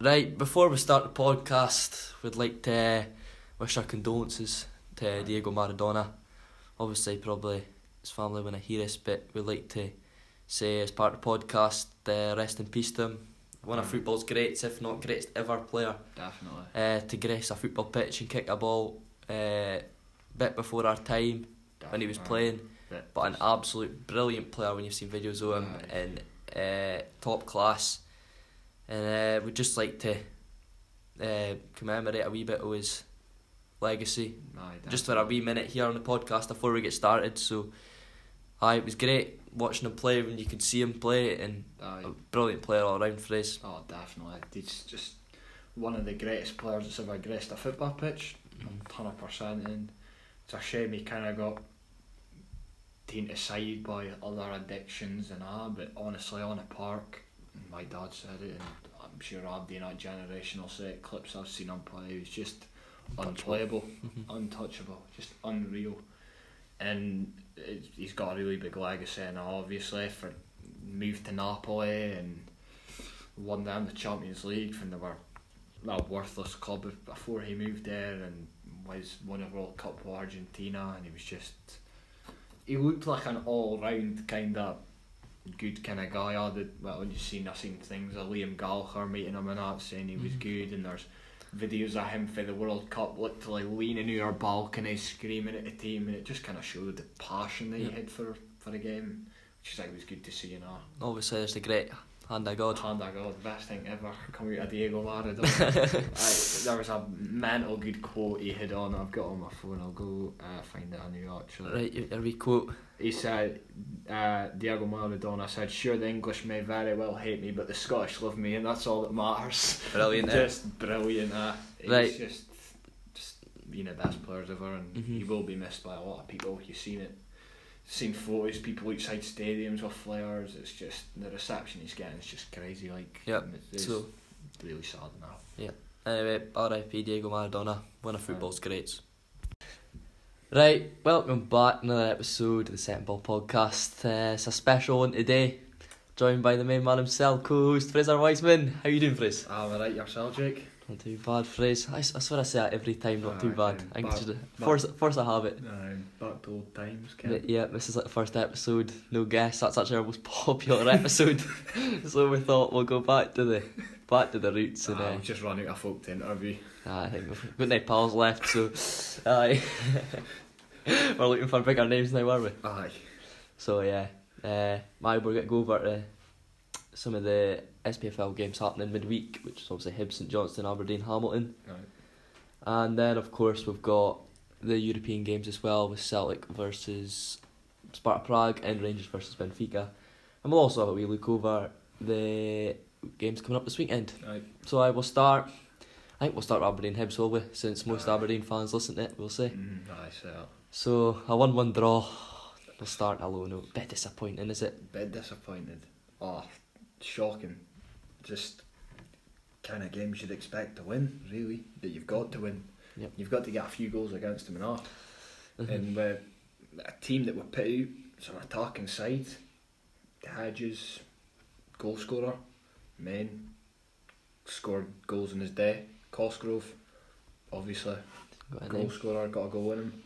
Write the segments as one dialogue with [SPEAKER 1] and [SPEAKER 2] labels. [SPEAKER 1] Right, before we start the podcast, we'd like to wish our condolences to Diego Maradona. Obviously, probably his family when I hear this, but we'd like to say as part of the podcast, uh, rest in peace to him. One of football's greats, if not greatest ever player,
[SPEAKER 2] Definitely.
[SPEAKER 1] uh, to grace a football pitch and kick a ball uh, bit before our time when he
[SPEAKER 2] Mm.
[SPEAKER 1] was playing.
[SPEAKER 2] But,
[SPEAKER 1] But an absolute brilliant player when you've seen videos of him
[SPEAKER 2] Aye.
[SPEAKER 1] and uh, top class. And uh, we'd just like to uh, commemorate a wee bit of his legacy
[SPEAKER 2] Aye,
[SPEAKER 1] just for a
[SPEAKER 2] definitely.
[SPEAKER 1] wee minute here on the podcast before we get started. So, aye, it was great watching him play when you could see him play and
[SPEAKER 2] Aye.
[SPEAKER 1] a brilliant player all round for us.
[SPEAKER 2] uh, Oh, definitely. He's just one of the greatest players that's ever graced a football pitch.
[SPEAKER 1] Mm-hmm.
[SPEAKER 2] A hundred percent. And it's a shame he kind of got taken aside by other addictions and all. But honestly, on the park, my dad said it, and I'm sure Abdi in that generation will say it. Clips I've seen him play, he was just unplayable, untouchable, just unreal. And it, he's got a really big legacy, and all, obviously for moved to Napoli and won them the Champions League when they were a worthless club bef- before he moved there and was won a World Cup with Argentina and he was just he looked like an all round kind of good kind of guy. I did well when you seen I seen things of Liam Gallagher meeting him and that saying he was good and there's videos of him for the World Cup literally leaning to our balcony screaming at the team and it just kind of showed the passion that
[SPEAKER 1] Yeah.
[SPEAKER 2] he had for for the game which is like was good to see you know
[SPEAKER 1] Obviously, there's the great hand of God.
[SPEAKER 2] Hand I go, the best thing ever coming out of Diego Maradona. I, there was a mental good quote he had on. I've got it on my phone. I'll go uh, find it. I knew actually.
[SPEAKER 1] Right, a wee quote.
[SPEAKER 2] He said, uh, Diego Maradona said, "Sure, the English may very well hate me, but the Scottish love me, and that's all that matters."
[SPEAKER 1] Brilliant, eh?
[SPEAKER 2] just brilliant. Uh, he's
[SPEAKER 1] Right.
[SPEAKER 2] just, just being the best players ever, and
[SPEAKER 1] Mhm.
[SPEAKER 2] he will be missed by a lot of people. You've seen it. Seen photos, people outside stadiums with flares. It's just the reception he's getting is just crazy. Like,
[SPEAKER 1] Yep,
[SPEAKER 2] um, it's,
[SPEAKER 1] So,
[SPEAKER 2] it's really sad now.
[SPEAKER 1] Anyway, RIP Diego Maradona, one of football's greats. Right, welcome back another episode of the Second Ball Podcast. Uh, it's a special one today, joined by the main man himself, co-host Fraser Wiseman. How you doing, Fraser?
[SPEAKER 2] Ah, all right, yourself, Jake.
[SPEAKER 1] Not too bad, Fraser. I, s- I swear I say that every time, not too
[SPEAKER 2] Alright,
[SPEAKER 1] bad.
[SPEAKER 2] okay.
[SPEAKER 1] I think
[SPEAKER 2] Bad-
[SPEAKER 1] it's just a,
[SPEAKER 2] bad.
[SPEAKER 1] force, force a habit.
[SPEAKER 2] Um, back to old times,
[SPEAKER 1] But yeah, this is like the first episode, no guess. That's actually our most popular episode, so we thought we'll go back to the back to the roots and. Uh,
[SPEAKER 2] I've Ah, just run out of folk to interview.
[SPEAKER 1] Nah, Ah, I think we've got no pals left, so aye. we're looking for bigger names now, are we?
[SPEAKER 2] Aye.
[SPEAKER 1] So yeah, uh, my we're gonna go over to some of the SPFL games happening midweek, which is obviously Hibs, St Johnston, Aberdeen, Hamilton, and then of course we've got the European games as well with Celtic versus Sparta Prague and Rangers versus Benfica, and we'll also have a wee look over the games coming up this weekend.
[SPEAKER 2] Aye.
[SPEAKER 1] So I will start. I think we'll start with Aberdeen Hibs, will we? Since most
[SPEAKER 2] Aye.
[SPEAKER 1] Aberdeen fans listen to it, we'll see.
[SPEAKER 2] Mm, aye, so.
[SPEAKER 1] So a one-one draw. We'll start a low note. Bit disappointing, is it?
[SPEAKER 2] bit disappointed. Oh, shocking. Just kind of games you'd expect to win, really, that you've got to win.
[SPEAKER 1] Yep. Mm-hmm.
[SPEAKER 2] You've got to get a few goals against them and all. and uh, a team that were put out, it's an attacking side. Hedges, goal scorer, men, scored goals in his day. Cosgrove, obviously,
[SPEAKER 1] Got a
[SPEAKER 2] goal
[SPEAKER 1] name?
[SPEAKER 2] scorer, got a goal in him.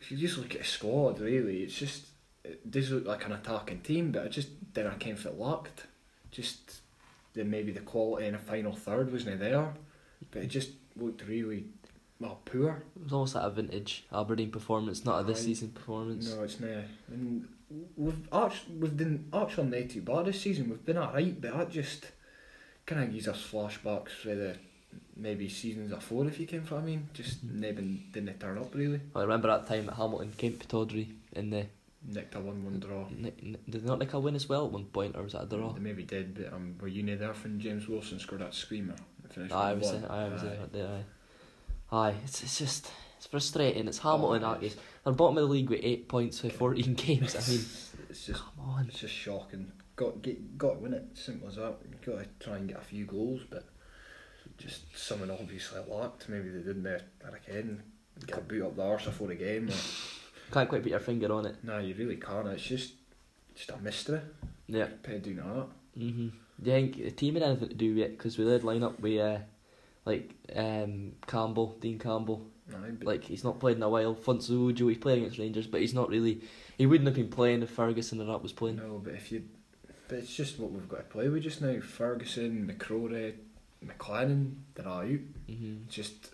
[SPEAKER 2] If you just look at his squad, really, it's just it does look like an attacking team, but it just didn't came for lacked. Just the maybe the quality in the final third wasn't there, but it just looked really well poor.
[SPEAKER 1] It was almost like a vintage Aberdeen performance, not a this
[SPEAKER 2] Aye.
[SPEAKER 1] season performance.
[SPEAKER 2] No, it's not. And we've actually we've been actually not too bad this season. We've been alright, but that just kind of gives us flashbacks for the maybe seasons before, if you can. What I mean, just not been didn't turn up really.
[SPEAKER 1] I remember that time at Hamilton, Kent Pataudry, and the
[SPEAKER 2] Nicked a one-one draw.
[SPEAKER 1] n- n- did they not like a win as well at one point, or was that a draw?
[SPEAKER 2] They maybe did, but um, were you near there when James Wilson scored that screamer? and finished
[SPEAKER 1] Ah, I was,
[SPEAKER 2] 1-1?
[SPEAKER 1] there, I was there,
[SPEAKER 2] Aye.
[SPEAKER 1] right there. Aye, aye. It's it's just it's frustrating. It's Hamilton,
[SPEAKER 2] Oh,
[SPEAKER 1] that
[SPEAKER 2] it's-
[SPEAKER 1] is. They're bottom of the league with eight points with fourteen games. I mean,
[SPEAKER 2] It's just
[SPEAKER 1] come on.
[SPEAKER 2] it's just shocking. Got get got to win it. Simple as that. You got to try and get a few goals, but just someone obviously lacked. Maybe they didn't uh, there again. Get a boot up the arse before the game. Or,
[SPEAKER 1] Can't quite put your finger on it.
[SPEAKER 2] no, you really can't. It's just just a mystery.
[SPEAKER 1] Yeah.
[SPEAKER 2] Pay do not.
[SPEAKER 1] Mhm. do you think the team had anything to do with it? Because we did line up with uh, like um, Campbell, Dean Campbell.
[SPEAKER 2] Aye, but
[SPEAKER 1] Like he's not played in a while. Funzo Ujo, he's playing against Rangers, but he's not really. He wouldn't have been playing if Ferguson and that was playing.
[SPEAKER 2] no, but if you, but it's just what we've got to play with just now. Ferguson, McCrory, McLennan, they're all out.
[SPEAKER 1] hmm
[SPEAKER 2] just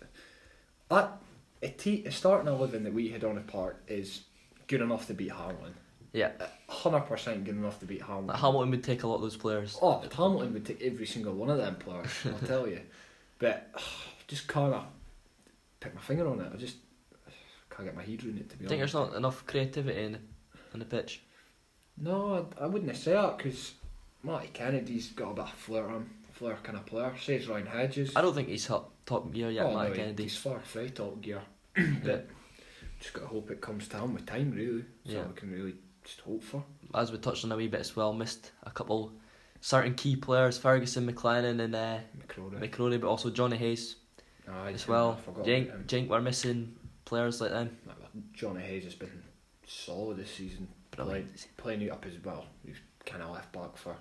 [SPEAKER 2] that a te- a starting eleven that we had on the park is good enough to beat Hamilton.
[SPEAKER 1] Yeah,
[SPEAKER 2] Hundred percent good enough to beat Hamilton.
[SPEAKER 1] like, Hamilton would take a lot of those players.
[SPEAKER 2] Oh, if Hamilton would take every single one of them players. I'll tell you, but just kind of pick my finger on it. I just can't get my head around it to be
[SPEAKER 1] I think
[SPEAKER 2] honest.
[SPEAKER 1] there's not enough creativity in on the pitch.
[SPEAKER 2] No, I, I wouldn't say that because Matty Kennedy's got a bit of flair on flair kind of player. Says Ryan Hedges.
[SPEAKER 1] I don't think he's top top gear yet,
[SPEAKER 2] Oh,
[SPEAKER 1] Matt
[SPEAKER 2] no, he-
[SPEAKER 1] Kennedy.
[SPEAKER 2] He's far from top gear.
[SPEAKER 1] Yeah.
[SPEAKER 2] but just got to hope it comes down with time, really. So
[SPEAKER 1] Yeah.
[SPEAKER 2] we can really just hope for.
[SPEAKER 1] As we touched on a wee bit as well, missed a couple certain key players, Ferguson, McLennan, and uh,
[SPEAKER 2] McCrory.
[SPEAKER 1] McCrory, but also Johnny Hayes
[SPEAKER 2] Aye,
[SPEAKER 1] as
[SPEAKER 2] yeah,
[SPEAKER 1] well.
[SPEAKER 2] I forgot
[SPEAKER 1] Jink,
[SPEAKER 2] about him.
[SPEAKER 1] Jink, we're missing players like them.
[SPEAKER 2] Nah, but Johnny Hayes has been solid this season. Playing,
[SPEAKER 1] Brilliant.
[SPEAKER 2] playing it up as well. He's kind of left back for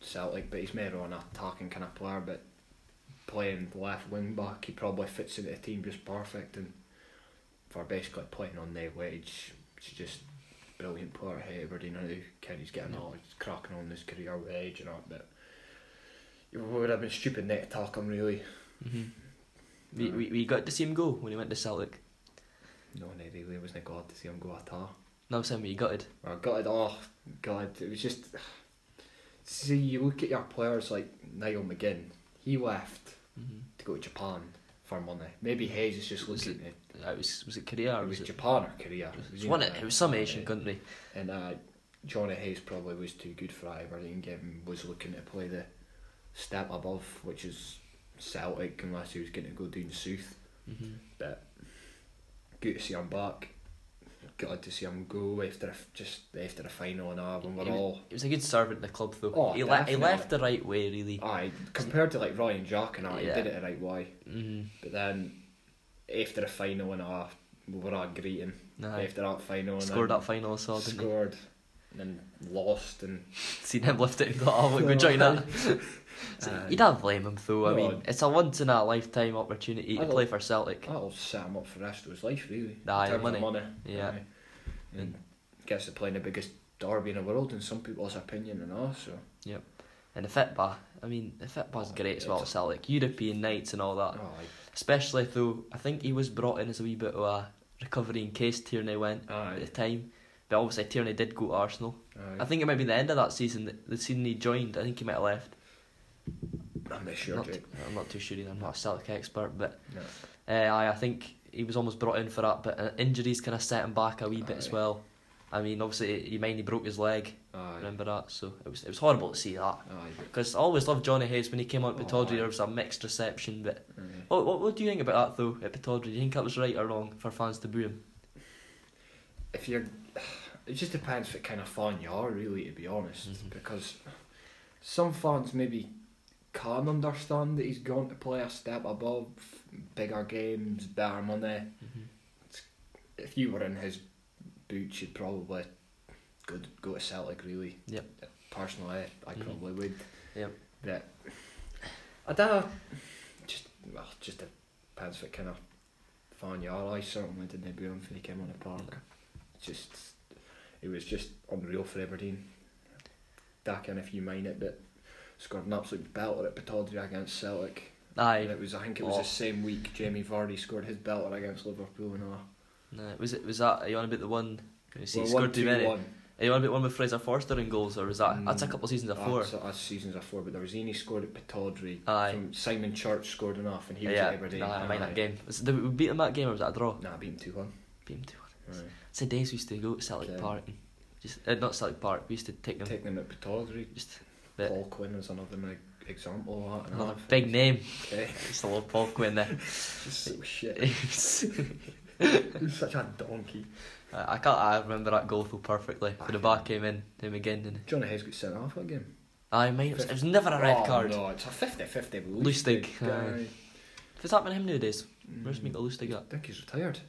[SPEAKER 2] Celtic, but he's more of an attacking kind of player. But playing left wing back, he probably fits into the team just perfect. And for basically playing on their wage, he's just brilliant player at Aberdeen. I know Kenny's getting all he's cracking on his career wage and all, but it would have been stupid not to talk him really.
[SPEAKER 1] hmm We, we we got to see him go when he went to Celtic.
[SPEAKER 2] No, no, really, it wasn't glad to see him go at all.
[SPEAKER 1] No, Sam, we got it.
[SPEAKER 2] I got it off. God, it was just. See, you look at your players like Niall McGinn. He left
[SPEAKER 1] Mm-hmm.
[SPEAKER 2] to go to Japan for money. Maybe Hayes is just
[SPEAKER 1] Was
[SPEAKER 2] looking. It,
[SPEAKER 1] It was was it Korea or
[SPEAKER 2] it
[SPEAKER 1] was
[SPEAKER 2] was
[SPEAKER 1] it?
[SPEAKER 2] Japan or Korea.
[SPEAKER 1] It was,
[SPEAKER 2] either
[SPEAKER 1] one, of-
[SPEAKER 2] way.
[SPEAKER 1] it was some Asian country.
[SPEAKER 2] And uh, Johnny Hayes probably was too good for Aberdeen. Game was looking to play the step above, which is Celtic, unless he was going to go down South.
[SPEAKER 1] Mm-hmm.
[SPEAKER 2] But good to see him back. Glad to see him go after a, f- just after the final and all, when we're
[SPEAKER 1] He was-
[SPEAKER 2] all
[SPEAKER 1] He was a good servant in the club though.
[SPEAKER 2] Oh,
[SPEAKER 1] he, le- he
[SPEAKER 2] definitely.
[SPEAKER 1] left the right way really.
[SPEAKER 2] Aye, compared to like Ryan Jack and that,
[SPEAKER 1] Yeah.
[SPEAKER 2] he did it the right way.
[SPEAKER 1] Mm-hmm.
[SPEAKER 2] But then after the final and a we were all greeting
[SPEAKER 1] Nah,
[SPEAKER 2] after that final and
[SPEAKER 1] scored
[SPEAKER 2] then
[SPEAKER 1] that final as well, didn't he?
[SPEAKER 2] scored and then lost and
[SPEAKER 1] Seen him lift it and thought, oh, we'll go join that. So
[SPEAKER 2] Aye.
[SPEAKER 1] you don't blame him though. I mean,
[SPEAKER 2] No.
[SPEAKER 1] it's a once in a lifetime opportunity
[SPEAKER 2] I Oh.
[SPEAKER 1] to
[SPEAKER 2] don't-
[SPEAKER 1] play for Celtic.
[SPEAKER 2] that'll set him up for the rest of his life really. in
[SPEAKER 1] Aye,
[SPEAKER 2] terms of
[SPEAKER 1] money.
[SPEAKER 2] money.
[SPEAKER 1] Yeah.
[SPEAKER 2] Aye. And gets to play in the biggest derby in the world in some people's opinion and all so
[SPEAKER 1] And the fit bar, I mean, the fit bar's
[SPEAKER 2] Oh,
[SPEAKER 1] great as well
[SPEAKER 2] it's
[SPEAKER 1] at Celtic. European nights and all that.
[SPEAKER 2] aye.
[SPEAKER 1] Especially though, I think he was brought in as a wee bit of a recovery in case Tierney went at the
[SPEAKER 2] Aye.
[SPEAKER 1] time. But obviously Tierney did go to Arsenal. I
[SPEAKER 2] aye.
[SPEAKER 1] think it might be the end of that season, the- the season he joined. I think he might have left.
[SPEAKER 2] I'm not sure
[SPEAKER 1] not,
[SPEAKER 2] Jake.
[SPEAKER 1] I'm not too sure either. I'm not a Celtic expert, but
[SPEAKER 2] No.
[SPEAKER 1] uh, I, I think he was almost brought in for that. But uh, injuries kind of set him back a wee bit as
[SPEAKER 2] Aye.
[SPEAKER 1] well. I mean, obviously he mainly broke his leg.
[SPEAKER 2] Aye.
[SPEAKER 1] Remember that? So it was it was horrible to see that.
[SPEAKER 2] Aye.
[SPEAKER 1] Because I always loved Johnny Hayes when he came out at
[SPEAKER 2] Oh,
[SPEAKER 1] Pataudry.
[SPEAKER 2] aye.
[SPEAKER 1] There was a mixed reception, but
[SPEAKER 2] Aye.
[SPEAKER 1] what, what what do you think about that though at Pataudry? Do you think that was right or wrong for fans to boo him?
[SPEAKER 2] if you're it just depends what kind of fan you are really to be honest
[SPEAKER 1] Mhm.
[SPEAKER 2] because some fans maybe can understand that he's gone to play a step above bigger games better money Mm-hmm. if you were in his boots you'd probably go, go to Celtic really
[SPEAKER 1] Yep.
[SPEAKER 2] personally I
[SPEAKER 1] Mhm.
[SPEAKER 2] probably would
[SPEAKER 1] Yep.
[SPEAKER 2] but I don't know just well just depends what kind of fan you are I certainly didn't boo him when he came on the park just it was just unreal for Aberdeen. Dakin, if you mind it, but scored an absolute belter at Pataudry against Celtic. And
[SPEAKER 1] Aye,
[SPEAKER 2] it was I think it was
[SPEAKER 1] Oh.
[SPEAKER 2] the same week Jamie Vardy scored his belter against Liverpool and all.
[SPEAKER 1] no, was it was that? Are you on about the one? You see, he
[SPEAKER 2] Well,
[SPEAKER 1] scored too many.
[SPEAKER 2] 1-2-1.
[SPEAKER 1] Are you on about one with Fraser Forster in goals, or was that? That's a
[SPEAKER 2] Mm,
[SPEAKER 1] couple of seasons before.
[SPEAKER 2] That's, that's seasons before, but there was Eni scored at Pataudry.
[SPEAKER 1] Aye.
[SPEAKER 2] From Simon Church scored enough, and he was
[SPEAKER 1] yeah,
[SPEAKER 2] at Aberdeen.
[SPEAKER 1] Nah, I mind
[SPEAKER 2] Aye.
[SPEAKER 1] that game. Was it, did we beat them that game or was that a draw?
[SPEAKER 2] Nah, beat him two one.
[SPEAKER 1] Beat them 2 1. It's the days we used to go to Celtic
[SPEAKER 2] Okay.
[SPEAKER 1] Park. And just, uh, not Celtic Park, we used to take them.
[SPEAKER 2] Taking them at Pataudry.
[SPEAKER 1] just But-
[SPEAKER 2] Paul Quinn was another like, example of that. and
[SPEAKER 1] another
[SPEAKER 2] all.
[SPEAKER 1] big name.
[SPEAKER 2] Okay.
[SPEAKER 1] I used to love Paul Quinn there.
[SPEAKER 2] so shit.
[SPEAKER 1] I
[SPEAKER 2] He's such a donkey.
[SPEAKER 1] Uh, I can't I remember that goal so perfectly.
[SPEAKER 2] Aye.
[SPEAKER 1] When the bar came in, him again. And,
[SPEAKER 2] Johnny Hayes got sent off again.
[SPEAKER 1] aye, mine, it was, it was never a red
[SPEAKER 2] oh,
[SPEAKER 1] card.
[SPEAKER 2] No, it's a 50 50
[SPEAKER 1] Loose
[SPEAKER 2] Mm.
[SPEAKER 1] dig, aye. If it's happening to him nowadays, where's Mika Lustig
[SPEAKER 2] I
[SPEAKER 1] at?
[SPEAKER 2] think he's Hmm. retired.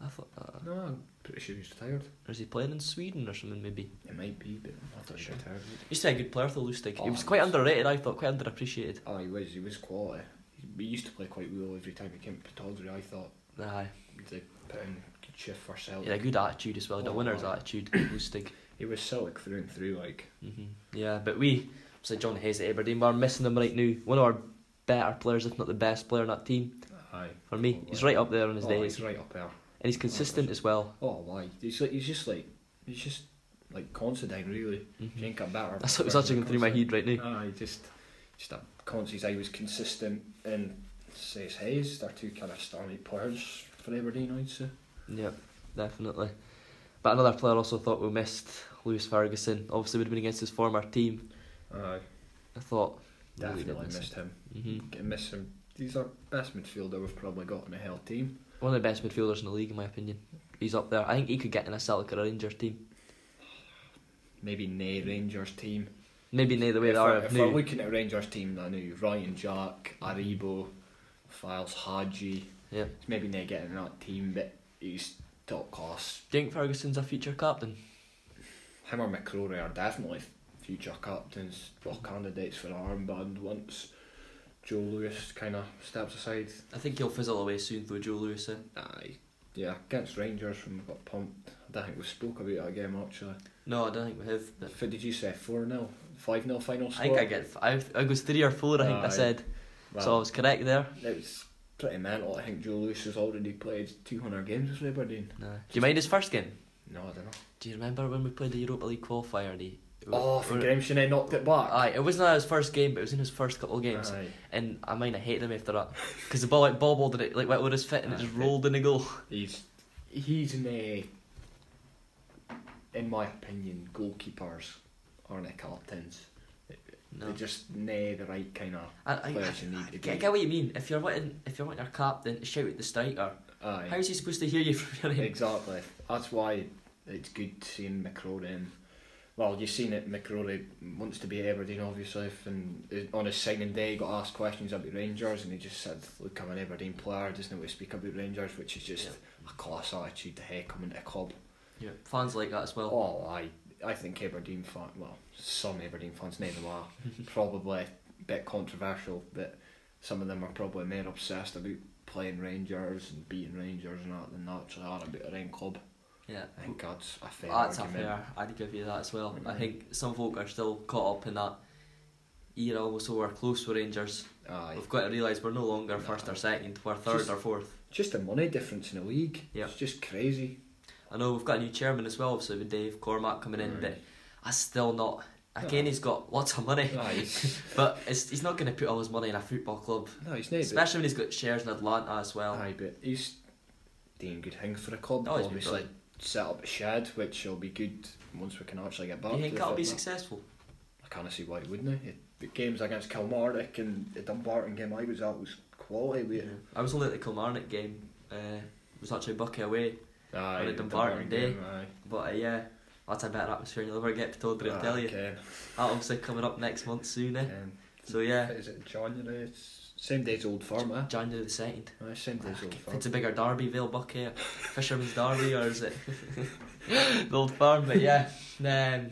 [SPEAKER 1] I thought, uh,
[SPEAKER 3] No, I'm pretty sure he's retired.
[SPEAKER 1] or is he playing in Sweden or something? Maybe.
[SPEAKER 2] It might be, but I'm not sure. Retired.
[SPEAKER 1] Used to be a good player for Lustig. he
[SPEAKER 2] Oh,
[SPEAKER 1] was
[SPEAKER 2] he
[SPEAKER 1] quite
[SPEAKER 2] was.
[SPEAKER 1] underrated. I thought quite underappreciated.
[SPEAKER 2] Oh, he was. He was quality. He- We used to play quite well every time he came to Pataudry. I thought
[SPEAKER 1] Aye,
[SPEAKER 2] they put in good shift for
[SPEAKER 1] he
[SPEAKER 2] Celtic.
[SPEAKER 1] had a good attitude as well. The
[SPEAKER 2] Oh,
[SPEAKER 1] winner's
[SPEAKER 2] aye.
[SPEAKER 1] attitude. Lustig.
[SPEAKER 2] He was Celtic through and through. Like
[SPEAKER 1] hmm Yeah, but we, say John Hayes at Aberdeen, we're missing him right now. One of our better players, if not the best player on that team,
[SPEAKER 2] aye.
[SPEAKER 1] for me. He's right up there on his
[SPEAKER 2] oh,
[SPEAKER 1] days.
[SPEAKER 2] He's right up there.
[SPEAKER 1] And he's consistent as well.
[SPEAKER 2] Oh, why? He's like he's just like he's just like Considine really.
[SPEAKER 1] Mhm.
[SPEAKER 2] He ain't got better.
[SPEAKER 1] That's what was actually going through my head right now.
[SPEAKER 2] Aye, Ah, just just a Considine. I was consistent and says Hayes. They're two kind of standard players for Aberdeen. I'd say.
[SPEAKER 1] Yep, definitely. But another player also thought we missed Lewis Ferguson. Obviously, would have been against his former team.
[SPEAKER 2] Aye,
[SPEAKER 1] I thought
[SPEAKER 2] definitely missed him.
[SPEAKER 1] hmm
[SPEAKER 2] Get miss him. He's our best midfielder we've probably got in the hell team.
[SPEAKER 1] One of the best midfielders in the league, in my opinion. He's up there. I think he could get in a Celtic or a Rangers team.
[SPEAKER 2] Maybe nay Rangers team.
[SPEAKER 1] Maybe neither way
[SPEAKER 2] if
[SPEAKER 1] they
[SPEAKER 2] we're,
[SPEAKER 1] are.
[SPEAKER 2] if
[SPEAKER 1] now.
[SPEAKER 2] we're looking at Rangers team I know Ryan Jack, Aribo, Files Hadji.
[SPEAKER 1] Yeah.
[SPEAKER 2] He's maybe not getting in that team, but he's top class.
[SPEAKER 1] Do you think Ferguson's a future captain?
[SPEAKER 2] Him or McCrory are definitely future captains, well candidates for an armband once Joe Lewis kind of steps aside.
[SPEAKER 1] I think he'll fizzle away soon, though, Joe Lewis. eh?
[SPEAKER 2] Aye. Yeah, against Rangers when we got pumped. I don't think we spoke about that game actually.
[SPEAKER 1] No, I don't think we have. But
[SPEAKER 2] If did you say 4 0? 5 0 final
[SPEAKER 1] I
[SPEAKER 2] score?
[SPEAKER 1] think I get. I, I was three or four, I think I
[SPEAKER 2] Aye.
[SPEAKER 1] said.
[SPEAKER 2] Well,
[SPEAKER 1] So I was correct there.
[SPEAKER 2] It was pretty mental. I think Joe Lewis has already played 200 games with Aberdeen.
[SPEAKER 1] No. Do you mind his first game?
[SPEAKER 2] No, I don't know.
[SPEAKER 1] Do you remember when we played the Europa League qualifier? and He,
[SPEAKER 2] Oh, for Grimshaw, they knocked it back.
[SPEAKER 1] Aye, it wasn't his first game, but it was in his first couple of games.
[SPEAKER 2] Aye.
[SPEAKER 1] And I mean, I hate them after that because the ball like bobbled and it like went over his foot and it just rolled in the goal.
[SPEAKER 2] He's he's in a, in my opinion, goalkeepers aren't the captains.
[SPEAKER 1] No,
[SPEAKER 2] They're just nay the right kind of
[SPEAKER 1] I, I,
[SPEAKER 2] players you need
[SPEAKER 1] I
[SPEAKER 2] to
[SPEAKER 1] get,
[SPEAKER 2] be.
[SPEAKER 1] get what you mean. If you're wanting, if you're wanting your captain to shout at the striker, how
[SPEAKER 2] Aye.
[SPEAKER 1] is he supposed to hear you from your end?
[SPEAKER 2] Exactly. That's why it's good seeing McCrory in. Well, you've seen it. McCrory wants to be at Aberdeen, obviously, if- and uh, on his signing day, he got asked questions about Rangers, and he just said, "Look, I'm an Aberdeen player. I just know to speak about Rangers, which is just a class attitude to heck coming to a club."
[SPEAKER 1] Yeah, fans like that as well.
[SPEAKER 2] Oh, I I think Aberdeen fan. Well, some Aberdeen fans, none of them are probably a bit controversial, but some of them are probably more obsessed about playing Rangers and beating Rangers and that than they actually are about their own club.
[SPEAKER 1] yeah,
[SPEAKER 2] I think that's a fair
[SPEAKER 1] that's
[SPEAKER 2] argument.
[SPEAKER 1] a fair. I'd give you that as well. I
[SPEAKER 2] Mhm.
[SPEAKER 1] think some folk are still caught up in that. Era also we're close with Rangers.
[SPEAKER 2] Aye.
[SPEAKER 1] We've got to realise we're no longer
[SPEAKER 2] No.
[SPEAKER 1] first or second, we're third
[SPEAKER 2] Just-
[SPEAKER 1] or fourth.
[SPEAKER 2] Just the money difference in the league.
[SPEAKER 1] Yeah.
[SPEAKER 2] It's just crazy.
[SPEAKER 1] I know we've got a new chairman as well, obviously with Dave Cormack coming in, but I still not. Again,
[SPEAKER 2] No.
[SPEAKER 1] he's got lots of money,
[SPEAKER 2] Aye, he's-
[SPEAKER 1] but it's, he's not going to put all his money in a football club,
[SPEAKER 2] no, he's not. but-
[SPEAKER 1] especially when he's got shares in Atlanta as well.
[SPEAKER 2] Aye, but he's doing good things for the club.
[SPEAKER 1] Oh, he's been
[SPEAKER 2] obviously, set up a shed, which will be good once we can actually get back.
[SPEAKER 1] Do you
[SPEAKER 2] to
[SPEAKER 1] think
[SPEAKER 2] the
[SPEAKER 1] that'll be
[SPEAKER 2] football.
[SPEAKER 1] successful?
[SPEAKER 2] I can't see why he wouldn't. It, the games against Kilmarnock and the Dumbarton game I was at was quality. We,
[SPEAKER 1] Yeah. I was only at the Kilmarnock game. Uh, it was actually Bucky away,
[SPEAKER 2] aye,
[SPEAKER 1] On the
[SPEAKER 2] the
[SPEAKER 1] Dumbarton day.
[SPEAKER 2] game, aye.
[SPEAKER 1] but uh, yeah, that's a better atmosphere you'll ever get. Pataudry, I'll
[SPEAKER 2] Ah,
[SPEAKER 1] tell you.
[SPEAKER 2] Ken,
[SPEAKER 1] That obviously coming up next month soon. Eh?
[SPEAKER 2] Ken.
[SPEAKER 1] So yeah,
[SPEAKER 2] Is it January? It's same day as Old Firm, eh?
[SPEAKER 1] January the second.
[SPEAKER 2] Aye, same day as Old
[SPEAKER 1] If
[SPEAKER 2] Firm.
[SPEAKER 1] it's a bigger Derby, Vale Bucky, or Fisherman's Derby, or is it the old farm? But yeah, um,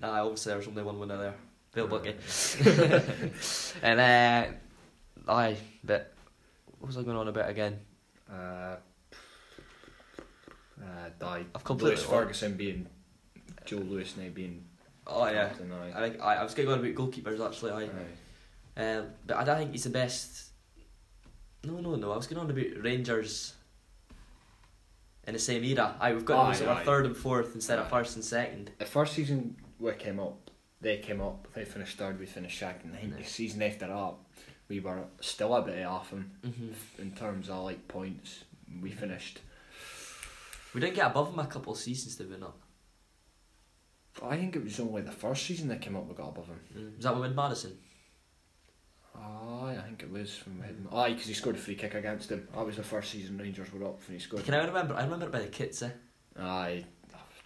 [SPEAKER 1] nah, obviously there's only one winner there, Vale Bucky. and uh, aye, but what was I going on about again?
[SPEAKER 2] Uh, uh, aye.
[SPEAKER 1] I've completely
[SPEAKER 2] Lewis
[SPEAKER 1] forgot.
[SPEAKER 2] Ferguson being Joe Lewis now being.
[SPEAKER 1] Oh yeah,
[SPEAKER 2] captain, aye.
[SPEAKER 1] I think I, I was going on about goalkeepers actually. Aye.
[SPEAKER 2] Aye.
[SPEAKER 1] Uh, but I don't think he's the best. No, no, no. I was going on about Rangers in the same era. Aye, we've got
[SPEAKER 2] Aye,
[SPEAKER 1] those that were
[SPEAKER 2] aye.
[SPEAKER 1] third and fourth instead of
[SPEAKER 2] Aye.
[SPEAKER 1] first and second.
[SPEAKER 2] The first season we came up, they came up, they finished third, we finished second. I think the
[SPEAKER 1] Nice.
[SPEAKER 2] season after that, we were still a bit off them
[SPEAKER 1] hmm
[SPEAKER 2] in terms of like points.
[SPEAKER 1] Mm.
[SPEAKER 2] We finished.
[SPEAKER 1] We didn't get above him a couple of seasons, did we not?
[SPEAKER 2] I think it was only the first season they came up we got above them.
[SPEAKER 1] Mm. Was that when we had Madison?
[SPEAKER 2] Aye, I think it was from him.
[SPEAKER 1] Mm.
[SPEAKER 2] Aye, because he scored a free kick against him. That was the first season Rangers were up and he scored.
[SPEAKER 1] Can I remember? I remember it by the kits, eh?
[SPEAKER 2] Aye,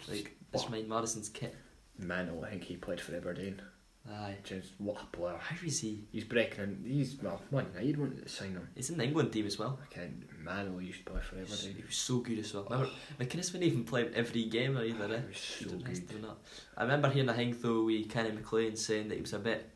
[SPEAKER 1] Like, it's mine Madison's kit.
[SPEAKER 2] mental. I think he played for Aberdeen.
[SPEAKER 1] Aye.
[SPEAKER 2] Just what a player.
[SPEAKER 1] How is he?
[SPEAKER 2] He's breaking in. He's well, Man United wanted to sign him.
[SPEAKER 1] He's in the England team as well.
[SPEAKER 2] Okay, Manuel used to play for
[SPEAKER 1] He was,
[SPEAKER 2] everybody.
[SPEAKER 1] he was so good as well. Remember, McInnes wouldn't even play every game or either. Eh?
[SPEAKER 2] He was so
[SPEAKER 1] Didn't nice
[SPEAKER 2] good.
[SPEAKER 1] doing that. I remember hearing a thing though with Kenny McLean saying that he was a bit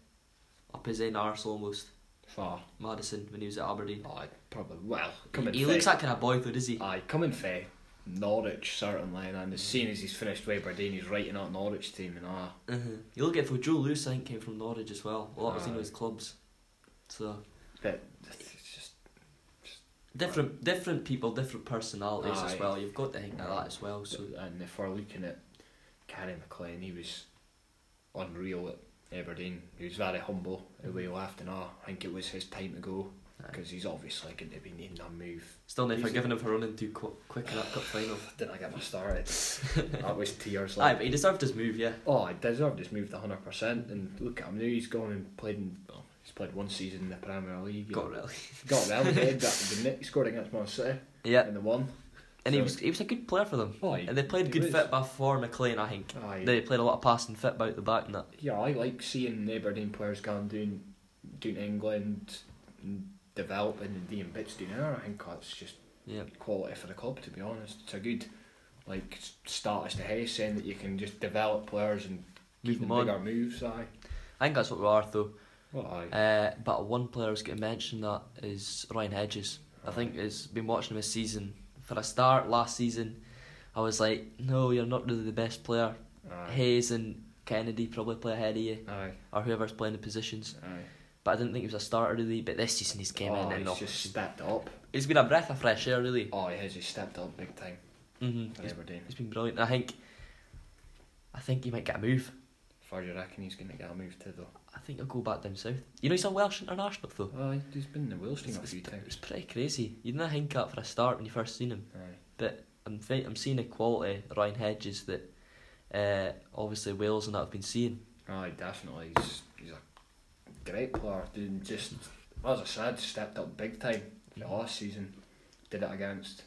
[SPEAKER 1] up his end arse almost,
[SPEAKER 2] Far.
[SPEAKER 1] Madison, when he was at Aberdeen.
[SPEAKER 2] Aye, probably. Well, coming
[SPEAKER 1] he looks that kind of boy though, does he?
[SPEAKER 2] Aye, coming fair. Norwich certainly, and as soon as he's finished with Aberdeen, he's writing out Norwich team and ah.
[SPEAKER 1] Uh-huh. You look at for Joe Lewis, I think, came from Norwich as well. A lot was in
[SPEAKER 2] Aye.
[SPEAKER 1] his clubs. So,
[SPEAKER 2] But it's just
[SPEAKER 1] different different people, different personalities as
[SPEAKER 2] Aye.
[SPEAKER 1] well. You've got to think like that as well. So,
[SPEAKER 2] and if we're looking at Gary McLean, he was unreal at Aberdeen. He was very humble the way he left, and ah, I think it was his time to go
[SPEAKER 1] Mm-hmm. Aye.
[SPEAKER 2] because he's obviously going to be needing a move.
[SPEAKER 1] still never
[SPEAKER 2] Easy.
[SPEAKER 1] forgiven him for running too qu- quick in that cup final.
[SPEAKER 2] Did I get my started? that was tears.
[SPEAKER 1] Aye,
[SPEAKER 2] Like,
[SPEAKER 1] but he deserved his move, yeah.
[SPEAKER 2] oh, I deserved his move to hundred percent, and look at him now. He's gone and played. In, well, he's played one season in the Premier League.
[SPEAKER 1] Got really.
[SPEAKER 2] got relegated. Got the nick. He scored against Man City
[SPEAKER 1] Yeah,
[SPEAKER 2] in the one.
[SPEAKER 1] and he
[SPEAKER 2] So-
[SPEAKER 1] was he was a good player for them.
[SPEAKER 2] Oh,
[SPEAKER 1] And they played good fit before McLean, I think.
[SPEAKER 2] Aye.
[SPEAKER 1] They played a lot of passing fit about the back and that.
[SPEAKER 2] yeah, I like seeing the Aberdeen players going doing doing England and developing and doing bits doing there. I think that's just
[SPEAKER 1] Yeah.
[SPEAKER 2] quality for the club to be honest. It's a good like s- status to have saying that you can just develop players and
[SPEAKER 1] Move
[SPEAKER 2] give
[SPEAKER 1] them
[SPEAKER 2] them
[SPEAKER 1] on.
[SPEAKER 2] bigger moves, aye.
[SPEAKER 1] I think that's what we are though.
[SPEAKER 2] Well aye.
[SPEAKER 1] Uh, but one player who's getting mentioned that is Ryan Hedges. I think it's been watching him this season. For a start last season, I was like, no, you're not really the best player.
[SPEAKER 2] Aye.
[SPEAKER 1] Hayes and Kennedy probably play ahead of you,
[SPEAKER 2] Aye.
[SPEAKER 1] or whoever's playing the positions.
[SPEAKER 2] Aye.
[SPEAKER 1] But I didn't think he was a starter really. But this season he's came
[SPEAKER 2] oh,
[SPEAKER 1] in
[SPEAKER 2] he's
[SPEAKER 1] and no,
[SPEAKER 2] just stepped up.
[SPEAKER 1] he's been a breath of fresh air really.
[SPEAKER 2] Oh, he has. He stepped up big time
[SPEAKER 1] hmm
[SPEAKER 2] for
[SPEAKER 1] He's,
[SPEAKER 2] Aberdeen.
[SPEAKER 1] he's been brilliant. I think, I think he might get a move.
[SPEAKER 2] Far you reckon he's going to get a move to though?
[SPEAKER 1] I think he'll go back down south. You know he's a Welsh international though.
[SPEAKER 2] Aye, he's been in the Wales team
[SPEAKER 1] It's,
[SPEAKER 2] a
[SPEAKER 1] it's
[SPEAKER 2] few
[SPEAKER 1] pre- it's
[SPEAKER 2] times.
[SPEAKER 1] pretty crazy. You didn't think that for a start when you first seen him,
[SPEAKER 2] Aye.
[SPEAKER 1] but I'm fe- I'm seeing a quality Ryan Hedges that uh, obviously Wales and that have been seeing.
[SPEAKER 2] Aye, definitely. He's, he's a great player. Did just as I said, stepped up big time for
[SPEAKER 1] Mhm.
[SPEAKER 2] last season. Did it against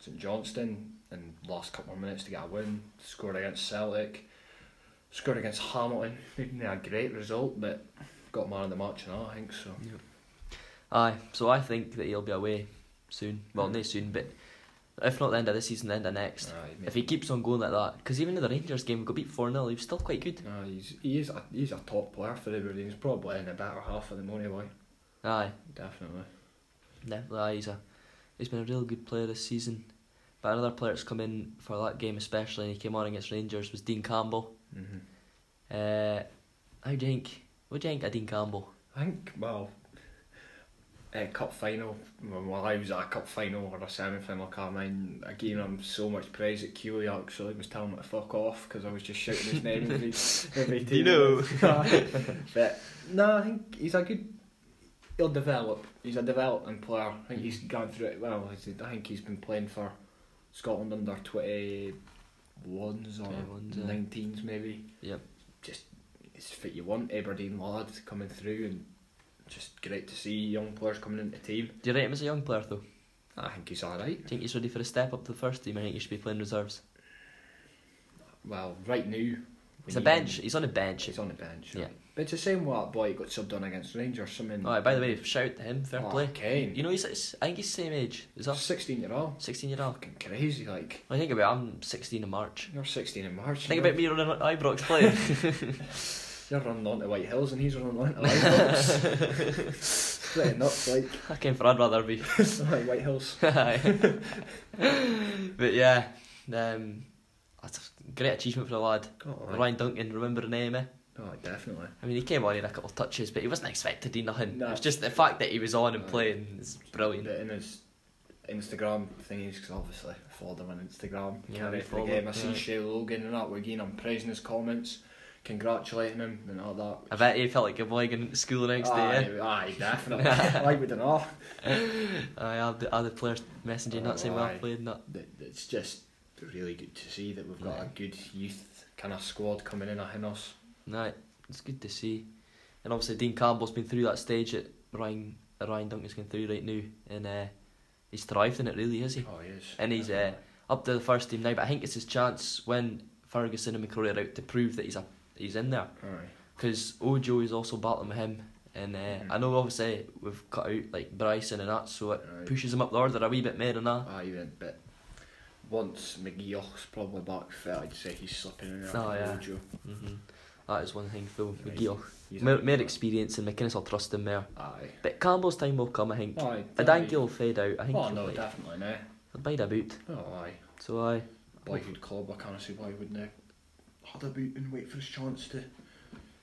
[SPEAKER 2] St Johnston and last couple of minutes to get a win. Scored against Celtic. Scored against Hamilton. Maybe not a great result, but got man of the match and all. I think so.
[SPEAKER 1] Aye, so I think that he'll be away soon. Well,
[SPEAKER 2] Mm.
[SPEAKER 1] not soon, but if not the end of this season, the end of next.
[SPEAKER 2] Aye,
[SPEAKER 1] If
[SPEAKER 2] mate.
[SPEAKER 1] he keeps on going like that, because even in the Rangers game, we got beat 4 0, he was still quite good.
[SPEAKER 2] Aye, he's he is a, he's a top player for everybody. He's probably in the better half of the money boy.
[SPEAKER 1] Aye,
[SPEAKER 2] Definitely.
[SPEAKER 1] definitely. Aye, he's, a, he's been a real good player this season. But another player that's come in for that game, especially, and he came on against Rangers, was Dean Campbell.
[SPEAKER 2] hmm
[SPEAKER 1] Uh, how do you think? What do you think of Dean Campbell?
[SPEAKER 2] I think well, a cup final. Well, I was at a cup final or a semi final. Can't mind. Again, I'm so much praise at Keeley. Actually, was telling me to fuck off because I was just shouting his name every every
[SPEAKER 1] Do you
[SPEAKER 2] team. but no, I think he's a good. He'll develop. He's a developing player. I think he's gone through it well. He's- I think he's been playing for Scotland under twenty ones or
[SPEAKER 1] 21s, aye.
[SPEAKER 2] nineteens maybe
[SPEAKER 1] Yep.
[SPEAKER 2] it's fit you want Aberdeen lad coming through and just great to see young players coming into the team.
[SPEAKER 1] Do you rate him as a young player though? Do
[SPEAKER 2] I think he's alright.
[SPEAKER 1] you think he's ready for a step up to the first team? I think he should be playing reserves.
[SPEAKER 2] Well, right now we
[SPEAKER 1] He's a
[SPEAKER 2] need
[SPEAKER 1] bench.
[SPEAKER 2] him.
[SPEAKER 1] He's on a bench.
[SPEAKER 2] He's on the bench. right.
[SPEAKER 1] Yeah.
[SPEAKER 2] But it's the same way that boy got subbed on against Rangers. Something.
[SPEAKER 1] Alright, by the way, shout out to him. Fair play.
[SPEAKER 2] Kane.
[SPEAKER 1] You know, he's, he's- I think he's the same age. Is that
[SPEAKER 2] sixteen year old.
[SPEAKER 1] 16 year old?
[SPEAKER 2] Fucking crazy. Like
[SPEAKER 1] I think about it, I'm 16 in March.
[SPEAKER 2] you're sixteen in March.
[SPEAKER 1] Think
[SPEAKER 2] you're,
[SPEAKER 1] about me running at Ibrox playing.
[SPEAKER 2] You're running on to White Hills and he's running on to Ibrox. Splitting up like,
[SPEAKER 1] Fucking for I'd rather be.
[SPEAKER 2] like White Hills.
[SPEAKER 1] Aye. but yeah, um, that's a great achievement for the lad.
[SPEAKER 2] Oh, aye.
[SPEAKER 1] Ryan Duncan, remember the name, eh?
[SPEAKER 2] Oh, definitely.
[SPEAKER 1] I mean, he came on, he had a couple of touches, but he wasn't expected to do nothing.
[SPEAKER 2] No.
[SPEAKER 1] It was just the fact that he was on and
[SPEAKER 2] Aye.
[SPEAKER 1] playing is brilliant.
[SPEAKER 2] In his Instagram thingies, because obviously I followed him on Instagram.
[SPEAKER 1] Yeah,
[SPEAKER 2] Yeah,
[SPEAKER 1] we
[SPEAKER 2] for the
[SPEAKER 1] follow,
[SPEAKER 2] game. I see
[SPEAKER 1] yeah.
[SPEAKER 2] Shay Logan and that. We're again, I'm praising his comments, congratulating him and all that.
[SPEAKER 1] I bet he felt like a boy going to school the next day.
[SPEAKER 2] aye, aye, definitely. I wouldn't know.
[SPEAKER 1] eh? Aye, all the other players messaging that saying well
[SPEAKER 2] Aye.
[SPEAKER 1] played and that.
[SPEAKER 2] Th- It's just really good to see that we've got
[SPEAKER 1] Yeah.
[SPEAKER 2] a good youth kind of squad coming in ahead of us.
[SPEAKER 1] Aye, it's good to see. And obviously Dean Campbell's been through that stage that Ryan Ryan Duncan's going through right now, and uh, he's thrived in it really, is he?
[SPEAKER 2] Oh, he is.
[SPEAKER 1] And he's, uh,
[SPEAKER 2] Definitely.
[SPEAKER 1] Up to the first team now, but I think it's his chance when Ferguson and McCrory are out to prove that he's a, he's in there.
[SPEAKER 2] Aye.
[SPEAKER 1] because Ojo is also battling with him, and uh,
[SPEAKER 2] Mhm.
[SPEAKER 1] I know obviously we've cut out like Bryson and that, so it
[SPEAKER 2] Right.
[SPEAKER 1] pushes him up the order a wee bit more and that.
[SPEAKER 2] Aye, even Ah, but once McGeoch's probably back fit, I'd say he's slipping in.
[SPEAKER 1] Oh,
[SPEAKER 2] after
[SPEAKER 1] yeah.
[SPEAKER 2] Ojo.
[SPEAKER 1] Mm-hmm. That is one thing though.
[SPEAKER 2] Right.
[SPEAKER 1] McGeoch,
[SPEAKER 2] He's
[SPEAKER 1] more,
[SPEAKER 2] not-
[SPEAKER 1] more experience, and McInnes will trust him more.
[SPEAKER 2] Aye.
[SPEAKER 1] But Campbell's time will come, I think.
[SPEAKER 2] Aye.
[SPEAKER 1] I think he'll fade out. I think
[SPEAKER 2] Oh
[SPEAKER 1] he'll,
[SPEAKER 2] no,
[SPEAKER 1] like,
[SPEAKER 2] definitely no.
[SPEAKER 1] he'll bide a boot.
[SPEAKER 2] Oh aye.
[SPEAKER 1] So aye.
[SPEAKER 2] Boyhood club, I can't see why he wouldn't have had a boot and wait for his chance to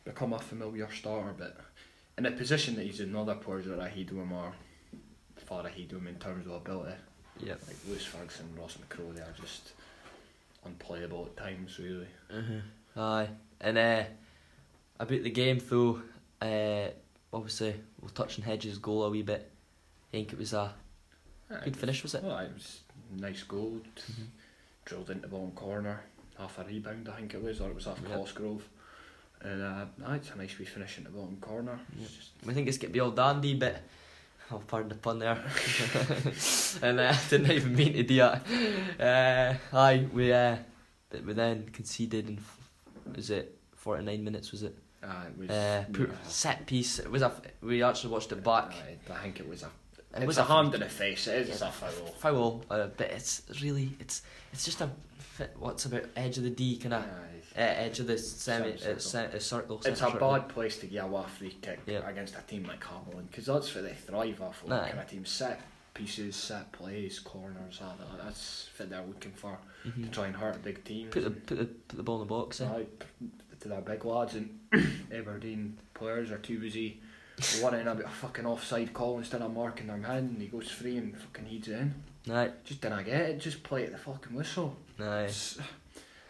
[SPEAKER 2] become a familiar starter, but in the position that he's in, other players that I heed him are far ahead of him in terms of ability.
[SPEAKER 1] Yep.
[SPEAKER 2] Like Lewis Ferguson, Ross McCrory are just unplayable at times really.
[SPEAKER 1] Uh-huh. Aye, and uh, about the game though, uh, obviously we'll touch on Hedges' goal a wee bit. I think it was a good finish, was it?
[SPEAKER 2] Well, it was nice goal,
[SPEAKER 1] Mm-hmm.
[SPEAKER 2] drilled into bottom corner, half a rebound I think it was, or it was half
[SPEAKER 1] Yeah.
[SPEAKER 2] Cosgrove. And uh, aye, it's a nice wee finish into bottom corner. It's just
[SPEAKER 1] We think it's gonna be all dandy, but oh, pardon the pun there. and uh, I didn't even mean to do that. Uh, aye, we uh, but we then conceded in f- was it forty nine minutes? Was it?
[SPEAKER 2] uh, it was
[SPEAKER 1] Uh, poor
[SPEAKER 2] yeah.
[SPEAKER 1] set piece. It was a. f- We actually watched it back.
[SPEAKER 2] Aye, I think it was a.
[SPEAKER 1] It
[SPEAKER 2] It
[SPEAKER 1] was
[SPEAKER 2] was
[SPEAKER 1] a-
[SPEAKER 2] a hand in the face. It is
[SPEAKER 1] Yeah.
[SPEAKER 2] a foul.
[SPEAKER 1] foul, uh, but it's really it's it's just a fit- what's about edge of the D kind of uh,
[SPEAKER 2] Aye.
[SPEAKER 1] edge of the semi uh,
[SPEAKER 2] Semicircle.
[SPEAKER 1] ce- uh, circle.
[SPEAKER 2] Ah, It's a
[SPEAKER 1] semicircle.
[SPEAKER 2] bad place to get a wa- free kick
[SPEAKER 1] Yeah.
[SPEAKER 2] against a team like Hamilton because that's where they thrive off of.
[SPEAKER 1] Aye.
[SPEAKER 2] Kind of team set pieces, set plays, corners. all that. That's what they're looking for to
[SPEAKER 1] Mhm.
[SPEAKER 2] try and hurt big teams.
[SPEAKER 1] Put the put the put the ball in the box. Eh?
[SPEAKER 2] Aye, p- to their big lads and Aberdeen players are too busy worrying about a fucking offside call instead of marking their man. And he goes free and fucking heads it in.
[SPEAKER 1] Aye,
[SPEAKER 2] Just didn't get it. Just play at the fucking whistle.
[SPEAKER 1] aye,
[SPEAKER 2] It's-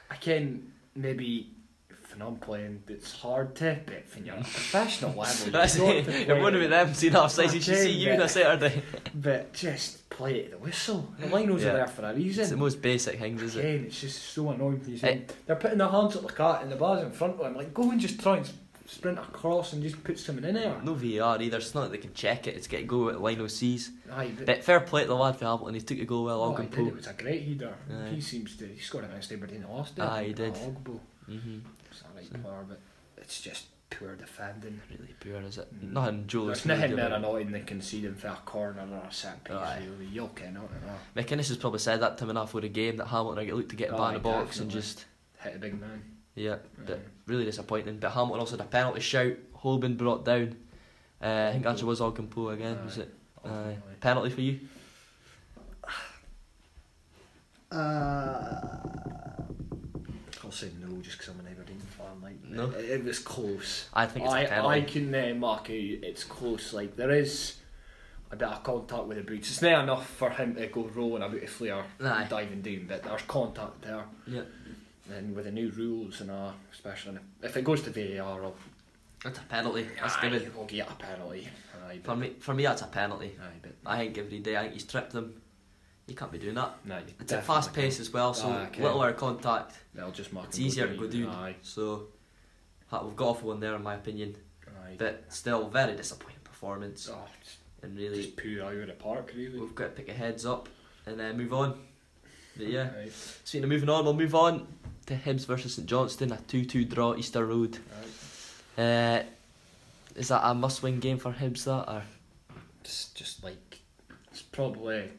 [SPEAKER 2] I can maybe if I'm playing, it's hard to, but when you're at a professional level, you've
[SPEAKER 1] That's
[SPEAKER 2] got
[SPEAKER 1] it.
[SPEAKER 2] to
[SPEAKER 1] It
[SPEAKER 2] play
[SPEAKER 1] wouldn't be them seeing offside. You should see
[SPEAKER 2] Fucking
[SPEAKER 1] you on a
[SPEAKER 2] bit.
[SPEAKER 1] Saturday.
[SPEAKER 2] But just play it at the whistle. The linos
[SPEAKER 1] Yeah.
[SPEAKER 2] are there for a
[SPEAKER 1] It's the
[SPEAKER 2] reason.
[SPEAKER 1] most basic things, is it?
[SPEAKER 2] Again, it's just so annoying. These
[SPEAKER 1] Hey.
[SPEAKER 2] men. They're putting their hands up the cat and the bar's in front of him. Like, go and just try and s- sprint across and just put something in there.
[SPEAKER 1] No VAR either. It's not that they can check it. It's get go at line sees.
[SPEAKER 2] Aye, but,
[SPEAKER 1] But fair play to the lad for Hamilton. He took the goal well.
[SPEAKER 2] oh,
[SPEAKER 1] on
[SPEAKER 2] he did.
[SPEAKER 1] Ogden
[SPEAKER 2] It was a great header.
[SPEAKER 1] Aye.
[SPEAKER 2] He seems to. He scored against Aberdeen last day.
[SPEAKER 1] Aye, he did.
[SPEAKER 2] Ogbo.
[SPEAKER 1] Mm-hmm.
[SPEAKER 2] It's a right player, but it's just poor defending.
[SPEAKER 1] Really poor, is it?
[SPEAKER 2] Mm.
[SPEAKER 1] Nothing. Joel
[SPEAKER 2] There's nothing there annoying than conceding for a corner or a set piece.
[SPEAKER 1] Aye.
[SPEAKER 2] Really. You'll ken out and
[SPEAKER 1] McInnes has probably said that time enough for the game that Hamilton are going to look to get
[SPEAKER 2] Aye,
[SPEAKER 1] by in the box and
[SPEAKER 2] definitely.
[SPEAKER 1] just
[SPEAKER 2] hit a big man.
[SPEAKER 1] yeah, but
[SPEAKER 2] Aye.
[SPEAKER 1] really disappointing. But Hamilton also had a penalty shout. Holborn brought down. Uh, I think actually was Ogdenpo again. Was
[SPEAKER 2] Aye,
[SPEAKER 1] it Aye.
[SPEAKER 2] ultimately.
[SPEAKER 1] penalty for you?
[SPEAKER 2] Uh, I'll say no just because I'm an Aberdeen fan. Like
[SPEAKER 1] No.
[SPEAKER 2] it, it was close.
[SPEAKER 1] I think it's a
[SPEAKER 2] I, I
[SPEAKER 1] penalty.
[SPEAKER 2] can uh, mark out it's close. Like there is a bit of contact with the boots. It's not enough for him to go rolling about the flare
[SPEAKER 1] Aye.
[SPEAKER 2] and diving down, but there's contact there.
[SPEAKER 1] yeah,
[SPEAKER 2] And with the new rules and uh, especially if it goes to VAR, I'll,
[SPEAKER 1] that's a penalty. That's
[SPEAKER 2] aye,
[SPEAKER 1] given
[SPEAKER 2] we'll get a penalty. Aye,
[SPEAKER 1] for
[SPEAKER 2] but,
[SPEAKER 1] me. For me, that's a penalty.
[SPEAKER 2] aye, but
[SPEAKER 1] I think every day. I think he's tripped them. You can't be doing that.
[SPEAKER 2] no, you
[SPEAKER 1] It's
[SPEAKER 2] definitely
[SPEAKER 1] a fast pace
[SPEAKER 2] can't.
[SPEAKER 1] as well, so
[SPEAKER 2] Aye, okay.
[SPEAKER 1] little air contact.
[SPEAKER 2] They'll just mark.
[SPEAKER 1] It's
[SPEAKER 2] and
[SPEAKER 1] easier to go
[SPEAKER 2] down.
[SPEAKER 1] do.
[SPEAKER 2] Aye,
[SPEAKER 1] So ha- we've got off one there, in my opinion.
[SPEAKER 2] aye.
[SPEAKER 1] But still, very disappointing performance.
[SPEAKER 2] Oh, it's
[SPEAKER 1] And really,
[SPEAKER 2] just pure out of the park, really.
[SPEAKER 1] We've got to pick our heads up and then move on. But yeah,
[SPEAKER 2] Aye.
[SPEAKER 1] speaking of moving on, we'll move on to Hibs versus St Johnston, a 2 2 draw Easter Road.
[SPEAKER 2] Aye.
[SPEAKER 1] Uh, is that a must win game for Hibs, that? Or?
[SPEAKER 2] It's just like it's probably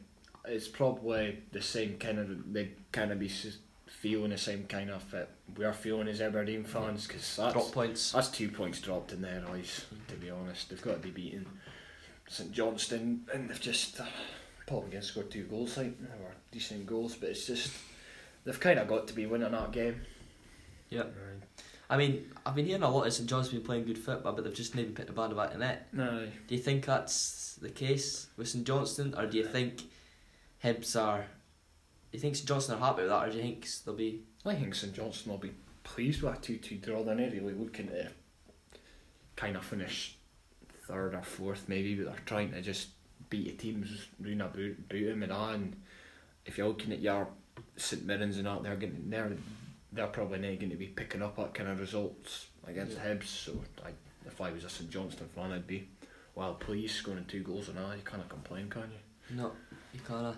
[SPEAKER 2] it's probably the same kind of they kind of be s- feeling the same kind of that we are feeling as Aberdeen fans because that's
[SPEAKER 1] Drop points.
[SPEAKER 2] that's two points dropped in their eyes. To be honest, they've got to be beaten. St Johnston and they've just uh, Paul McGinn scored two goals. Like they were decent goals, but it's just they've kind of got to be winning that game.
[SPEAKER 1] Yeah. I mean, I've been hearing a lot of St Johnstone been playing good football, but they've just never put the band about the net.
[SPEAKER 2] No.
[SPEAKER 1] Do you think that's the case with St Johnston, or do you think Hibs are. Do you think St Johnston are happy with that, or do you think they'll be.
[SPEAKER 2] I think St Johnston will be pleased with a 2 2 draw. They're not really looking to kind of finish third or fourth, maybe, but they're trying to just beat the teams round about, about them and that. And if you're looking at your St Mirren's and that, they're, gonna, they're, they're probably not going to be picking up that kind of results against
[SPEAKER 1] Yeah.
[SPEAKER 2] Hibs. So I, if I was a St Johnston fan, I'd be well pleased scoring two goals and all. You can't complain, can you?
[SPEAKER 1] No, you can't.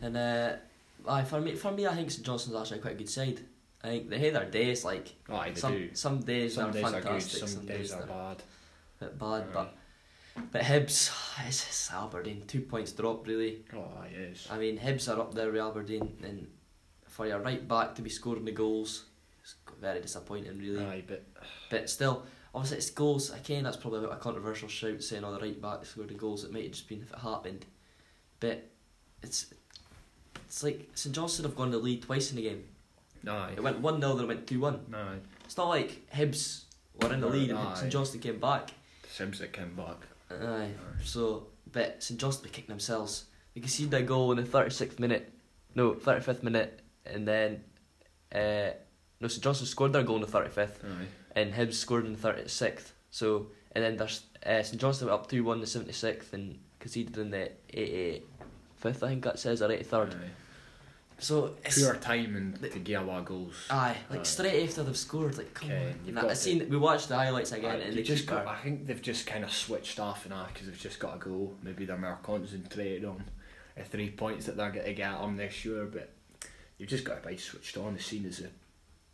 [SPEAKER 1] And uh, aye, for me, for me, I think St Johnson's actually quite a good side. I think they had their days. Like
[SPEAKER 2] Aye, they
[SPEAKER 1] some
[SPEAKER 2] do.
[SPEAKER 1] some days
[SPEAKER 2] Some
[SPEAKER 1] are
[SPEAKER 2] days are good,
[SPEAKER 1] fantastic,
[SPEAKER 2] some, days are
[SPEAKER 1] they're
[SPEAKER 2] bad.
[SPEAKER 1] a bit bad. But but Hibs, it's, it's Aberdeen. Two points drop really.
[SPEAKER 2] Oh, aye, it is.
[SPEAKER 1] I mean Hibs are up there with Aberdeen, and for your right back to be scoring the goals, it's very disappointing really.
[SPEAKER 2] Aye, but
[SPEAKER 1] But still, obviously it's goals. Again, that's probably a controversial shout saying all the right back scored the goals. It might have just been if it happened. But it's it's like St Johnstone have gone the lead twice in the game.
[SPEAKER 2] aye.
[SPEAKER 1] It went 1 0, then it went 2 1.
[SPEAKER 2] No,
[SPEAKER 1] It's not like Hibs were in the lead and
[SPEAKER 2] Aye.
[SPEAKER 1] St Johnstone came back.
[SPEAKER 2] Sims that came back.
[SPEAKER 1] Aye. So, but St Johnstone were kicking themselves. They conceded that goal in the 36th minute, no, 35th minute, and then. Uh, no, St Johnstone scored their goal in the 35th
[SPEAKER 2] Aye.
[SPEAKER 1] and Hibs scored in the 36th. So and then there's uh, St Johnston went up 2 1 the 76th and conceded in the 85th, I think that says, or 83rd.
[SPEAKER 2] Aye.
[SPEAKER 1] So it's. Ah,
[SPEAKER 2] Poor timing to get a lot of goals.
[SPEAKER 1] Aye, like
[SPEAKER 2] Aye.
[SPEAKER 1] straight after they've scored, like come
[SPEAKER 2] Okay,
[SPEAKER 1] on.
[SPEAKER 2] you've
[SPEAKER 1] Nah,
[SPEAKER 2] got
[SPEAKER 1] I
[SPEAKER 2] to-
[SPEAKER 1] seen we watched the highlights again,
[SPEAKER 2] Aye,
[SPEAKER 1] and
[SPEAKER 2] they
[SPEAKER 1] the
[SPEAKER 2] just
[SPEAKER 1] keeper.
[SPEAKER 2] got, I think they've just kind of switched off and off because they've just got a goal. Maybe they're more concentrated on the three points that they're going to get. I'm not sure, but you've just got to be switched on. The scene as the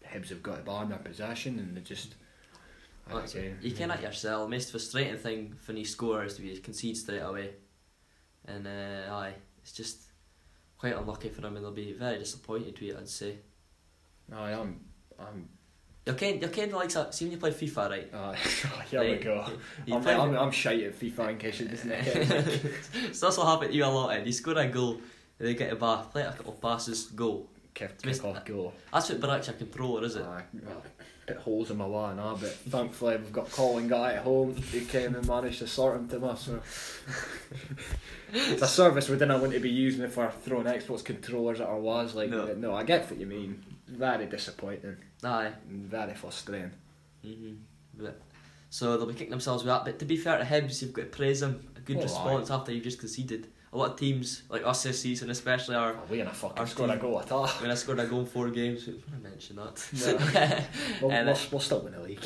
[SPEAKER 2] Hibs have got the ball in their possession and they just. I
[SPEAKER 1] Well,
[SPEAKER 2] don't
[SPEAKER 1] that's-
[SPEAKER 2] know.
[SPEAKER 1] you cannot yourself. Most frustrating thing when you score is to be concede straight away, and uh, aye, it's just quite unlucky for them, and they'll be very disappointed with it. I'd say.
[SPEAKER 2] Aye, I'm. I'm.
[SPEAKER 1] You're kind, you're kind of like that- see when you play FIFA, right?
[SPEAKER 2] Aye, here we
[SPEAKER 1] Right.
[SPEAKER 2] go.
[SPEAKER 1] You
[SPEAKER 2] I'm,
[SPEAKER 1] play-
[SPEAKER 2] I'm, I'm shite at FIFA in case it doesn't hit.
[SPEAKER 1] so that's what happened to you a lot. And you score a goal, and they get a bath, play a couple passes, goal.
[SPEAKER 2] Kick,
[SPEAKER 1] Missed
[SPEAKER 2] kick off, goal.
[SPEAKER 1] That's what Barak's a controller, is it?
[SPEAKER 2] Aye, well, bit holes in my line, ah, but thankfully we've got Colin Guy at home who came and managed to sort him to us. So. it's a service we didn't want to be using if we're throwing Xbox controllers at our was like
[SPEAKER 1] No.
[SPEAKER 2] no. I get what you mean. Very disappointing
[SPEAKER 1] Aye.
[SPEAKER 2] and very frustrating.
[SPEAKER 1] hmm But, so they'll be kicking themselves with that. But to be fair to Hibs, you've got to praise them. A good
[SPEAKER 2] Oh, aye.
[SPEAKER 1] response after you've just conceded. A lot of teams, like us this season especially, are
[SPEAKER 2] Are we gonna fucking
[SPEAKER 1] Our
[SPEAKER 2] score a
[SPEAKER 1] team-
[SPEAKER 2] goal at all?
[SPEAKER 1] when I scored a goal in four games. I'm gonna mention that.
[SPEAKER 2] We'll,
[SPEAKER 1] And
[SPEAKER 2] we'll, we'll still win the league.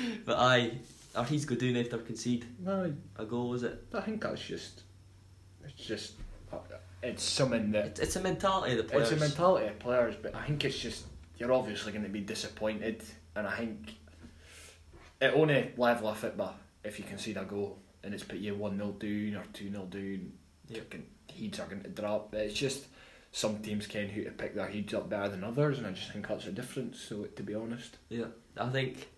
[SPEAKER 1] but aye, our he's go down after concede
[SPEAKER 2] no,
[SPEAKER 1] a goal, was it?
[SPEAKER 2] I think that's just it's just uh, it's something that
[SPEAKER 1] It's, it's a mentality of the players.
[SPEAKER 2] It's a mentality of players, but I think it's just you're obviously going to be disappointed, and I think it only level of football if you concede a goal and it's put you one 0 down or two 0 down.
[SPEAKER 1] Yeah.
[SPEAKER 2] fucking Heads are going to drop. But it's just some teams can who to pick their heads up better than others, and I just think that's a difference. So to be honest,
[SPEAKER 1] Yeah, I think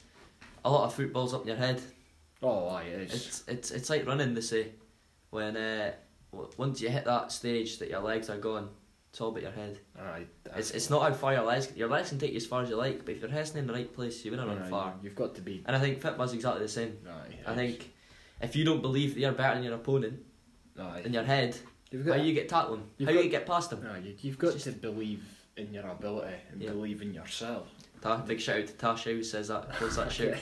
[SPEAKER 1] a lot of football's up in your head.
[SPEAKER 2] oh, aye, it is.
[SPEAKER 1] It's it's it's like running. They say when uh, w- once you hit that stage that your legs are gone, it's all but your head.
[SPEAKER 2] Aye,
[SPEAKER 1] It's it's not how far your legs your legs can take you as far as you like, but if your head's in the right place, you won't run
[SPEAKER 2] Aye,
[SPEAKER 1] far.
[SPEAKER 2] You've got to be.
[SPEAKER 1] And I think football's exactly the same.
[SPEAKER 2] Aye,
[SPEAKER 1] I
[SPEAKER 2] it's-
[SPEAKER 1] think if you don't believe that you're better than your opponent
[SPEAKER 2] Aye.
[SPEAKER 1] in your head,
[SPEAKER 2] You've
[SPEAKER 1] how
[SPEAKER 2] got
[SPEAKER 1] you get tackling?
[SPEAKER 2] You've
[SPEAKER 1] How
[SPEAKER 2] got-
[SPEAKER 1] you get past them?
[SPEAKER 2] No, you, you've got
[SPEAKER 1] It's
[SPEAKER 2] to believe in your ability and
[SPEAKER 1] Yeah.
[SPEAKER 2] believe in yourself.
[SPEAKER 1] Ta- big shout out to Tash who says that quotes that shout.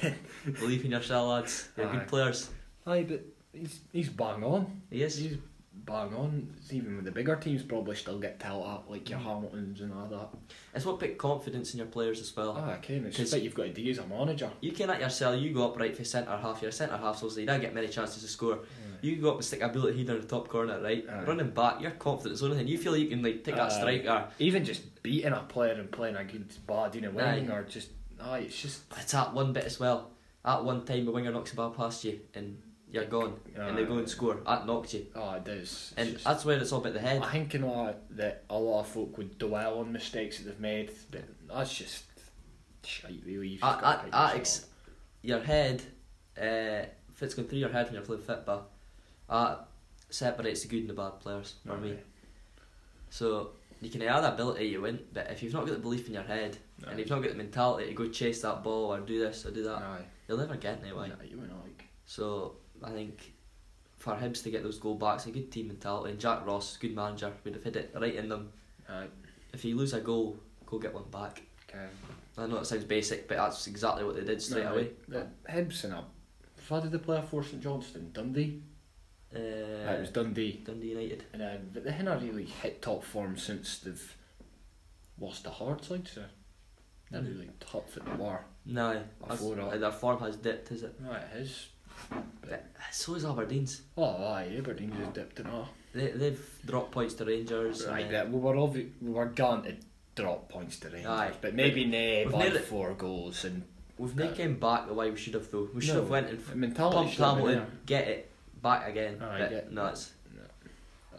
[SPEAKER 1] Believe in yourself, lads. You're
[SPEAKER 2] Aye.
[SPEAKER 1] good players.
[SPEAKER 2] Aye, but he's he's bang on.
[SPEAKER 1] Yes.
[SPEAKER 2] He's bang on. Even with the bigger teams, probably still get dealt at like
[SPEAKER 1] Mm.
[SPEAKER 2] your Hamiltons and all that.
[SPEAKER 1] It's what put confidence in your players as well.
[SPEAKER 2] Ah, okay. and It's
[SPEAKER 1] 'Cause-
[SPEAKER 2] just that you've got to do as a manager.
[SPEAKER 1] You can at yourself, you go up right for centre half, your centre half, so you don't get many chances to score. You go up and stick a bullet header in the top corner, right?
[SPEAKER 2] Aye.
[SPEAKER 1] Running back, you're confident as anything. You feel you can like take that
[SPEAKER 2] Aye.
[SPEAKER 1] striker.
[SPEAKER 2] Even just beating a player and playing a good bad in a wing, or just aye, it's just
[SPEAKER 1] It's at one bit as well. At one time, a winger knocks a ball past you and you're gone, and they go and score. That knocked you,
[SPEAKER 2] oh, it does. It's
[SPEAKER 1] and
[SPEAKER 2] just-
[SPEAKER 1] that's where it's all about the head.
[SPEAKER 2] I think in a, that a lot of folk would dwell on mistakes that they've made, but that's just shite, really. You've just
[SPEAKER 1] At-
[SPEAKER 2] got
[SPEAKER 1] at-
[SPEAKER 2] to pick
[SPEAKER 1] at
[SPEAKER 2] yourself
[SPEAKER 1] ex-
[SPEAKER 2] up.
[SPEAKER 1] Your head, uh, if it's going through your head when you're playing football, that separates the good and the bad players for me.
[SPEAKER 2] Aye.
[SPEAKER 1] So you can have that ability you win, but if you've not got the belief in your head
[SPEAKER 2] No.
[SPEAKER 1] and you've not got the mentality to go chase that ball or do this or do that,
[SPEAKER 2] Aye.
[SPEAKER 1] you'll never get anyway.
[SPEAKER 2] No, you were not like.
[SPEAKER 1] So I think for Hibs to get those goal backs, a good team mentality. And Jack Ross, good manager, would have hit it right in them.
[SPEAKER 2] Aye.
[SPEAKER 1] If you lose a goal, go get one back.
[SPEAKER 2] Okay.
[SPEAKER 1] I know it sounds basic, but that's exactly what they did straight
[SPEAKER 2] No,
[SPEAKER 1] away.
[SPEAKER 2] The Uh, Hibs and a. How did they play for St Johnston? Dundee?
[SPEAKER 1] Uh,
[SPEAKER 2] Uh, it was Dundee.
[SPEAKER 1] Dundee United.
[SPEAKER 2] And uh, but they haven't really hit top form since they've lost the hard side, so they're
[SPEAKER 1] Mhm.
[SPEAKER 2] really tough at the war.
[SPEAKER 1] No, that's-
[SPEAKER 2] four up.
[SPEAKER 1] uh, their form has dipped, is it?
[SPEAKER 2] Right, it is.
[SPEAKER 1] But so is Aberdeen's.
[SPEAKER 2] Oh, aye, Aberdeen just dipped in off.
[SPEAKER 1] They they've dropped points to Rangers. and
[SPEAKER 2] Right,
[SPEAKER 1] then-
[SPEAKER 2] but we were obvi- we were granted drop points to Rangers,
[SPEAKER 1] Aye.
[SPEAKER 2] but maybe nay
[SPEAKER 1] We've
[SPEAKER 2] by
[SPEAKER 1] nearly-
[SPEAKER 2] four goals and
[SPEAKER 1] We've not came back the way we should have though. We should
[SPEAKER 2] No.
[SPEAKER 1] have went and f-
[SPEAKER 2] mentality.
[SPEAKER 1] pumped
[SPEAKER 2] should have been
[SPEAKER 1] Hamilton, get it back again.
[SPEAKER 2] Aye,
[SPEAKER 1] but
[SPEAKER 2] get-
[SPEAKER 1] no, it's,
[SPEAKER 2] there.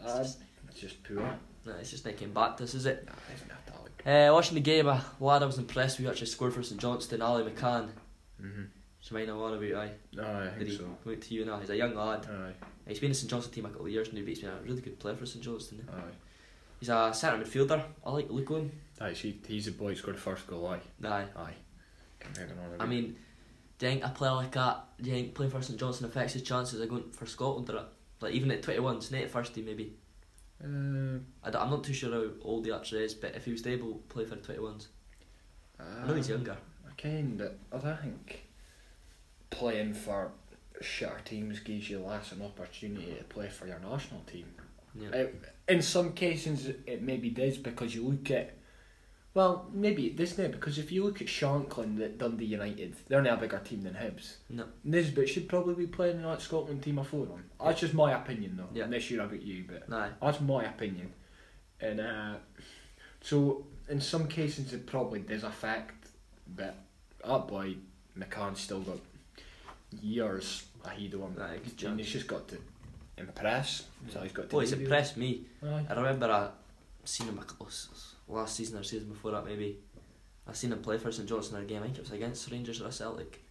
[SPEAKER 1] it's,
[SPEAKER 2] Uh,
[SPEAKER 1] just,
[SPEAKER 2] it's just poor. Nah,
[SPEAKER 1] no, it's just not came back to us, is it?
[SPEAKER 2] it's not that good.
[SPEAKER 1] Uh, watching the game, a lad I was impressed with actually scored for St Johnston, Ali McCann.
[SPEAKER 2] Mm-hmm.
[SPEAKER 1] She might not want to be, aye.
[SPEAKER 2] Aye, I
[SPEAKER 1] Did
[SPEAKER 2] think
[SPEAKER 1] he
[SPEAKER 2] so.
[SPEAKER 1] went to you now? He's a young lad.
[SPEAKER 2] Aye,
[SPEAKER 1] He's been in St Johnston team a couple of years now, but he's been a really good player for St Johnston. eh?
[SPEAKER 2] aye.
[SPEAKER 1] He's a centre midfielder. I like the look of him.
[SPEAKER 2] Aye, see, he's the boy who scored the first goal. Aye,
[SPEAKER 1] Aye.
[SPEAKER 2] aye. Can't reckon on it.
[SPEAKER 1] I mean, do you think a player like that, do you think playing for St Johnson affects his chances of going for Scotland or like even at 21, it's not at first team maybe.
[SPEAKER 2] uh,
[SPEAKER 1] I am not too sure how old he actually is, but if he was able to play for 21s, I know he's
[SPEAKER 2] Um,
[SPEAKER 1] younger.
[SPEAKER 2] I kind of, I think playing for shitter teams gives you less an opportunity to play for your national team.
[SPEAKER 1] Yeah.
[SPEAKER 2] Uh, in some cases, it maybe does because you look at, well, maybe it doesn't because if you look at Shankland at Dundee United, they're now a bigger team than Hibs.
[SPEAKER 1] No.
[SPEAKER 2] Nisbet should probably be playing in that Scotland team I four on. That's just my opinion though.
[SPEAKER 1] Yeah.
[SPEAKER 2] Unless you're about you, but
[SPEAKER 1] Nah.
[SPEAKER 2] that's my opinion. And uh, so, in some cases, it probably does affect, but that boy McCann's still got years ahead of him.
[SPEAKER 1] Aye, good
[SPEAKER 2] and
[SPEAKER 1] chance.
[SPEAKER 2] he's just got to impress. So he's got to.
[SPEAKER 1] Well, he's
[SPEAKER 2] do.
[SPEAKER 1] impressed me.
[SPEAKER 2] Aye.
[SPEAKER 1] I remember I seen him a couple s- s- last season or season before that maybe. I seen him play for St Johnson in a game. I think it was against Rangers or Celtic.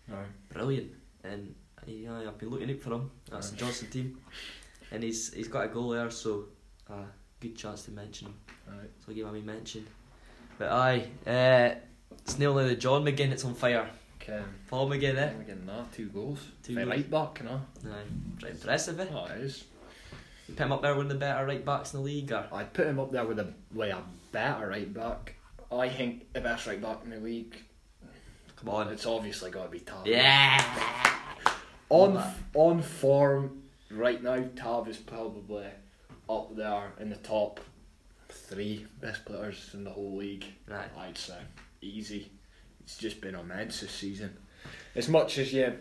[SPEAKER 1] Brilliant, and yeah, I've been looking out for him. That's St Johnson team, and he's he's got a goal there, so uh, good chance to mention him.
[SPEAKER 2] Aye.
[SPEAKER 1] So I'll give him a mention. But aye, uh, it's nearly the John McGinn that's on fire.
[SPEAKER 2] Okay.
[SPEAKER 1] Paul McGinn, eh?
[SPEAKER 2] We're getting that two goals.
[SPEAKER 1] Two
[SPEAKER 2] Right
[SPEAKER 1] goals.
[SPEAKER 2] right back, you know.
[SPEAKER 1] Aye, pretty impressive, eh?
[SPEAKER 2] Oh, it is.
[SPEAKER 1] You put him up there one of the better right backs in the league, or?
[SPEAKER 2] I'd put him up there with a way a better right back. I think the best right back in the league.
[SPEAKER 1] Come on.
[SPEAKER 2] It's obviously got to be Tav.
[SPEAKER 1] Yeah!
[SPEAKER 2] On
[SPEAKER 1] Love
[SPEAKER 2] on form right now, Tav is probably up there in the top three best players in the whole league.
[SPEAKER 1] Right.
[SPEAKER 2] I'd say easy. It's just been immense this season. As much as you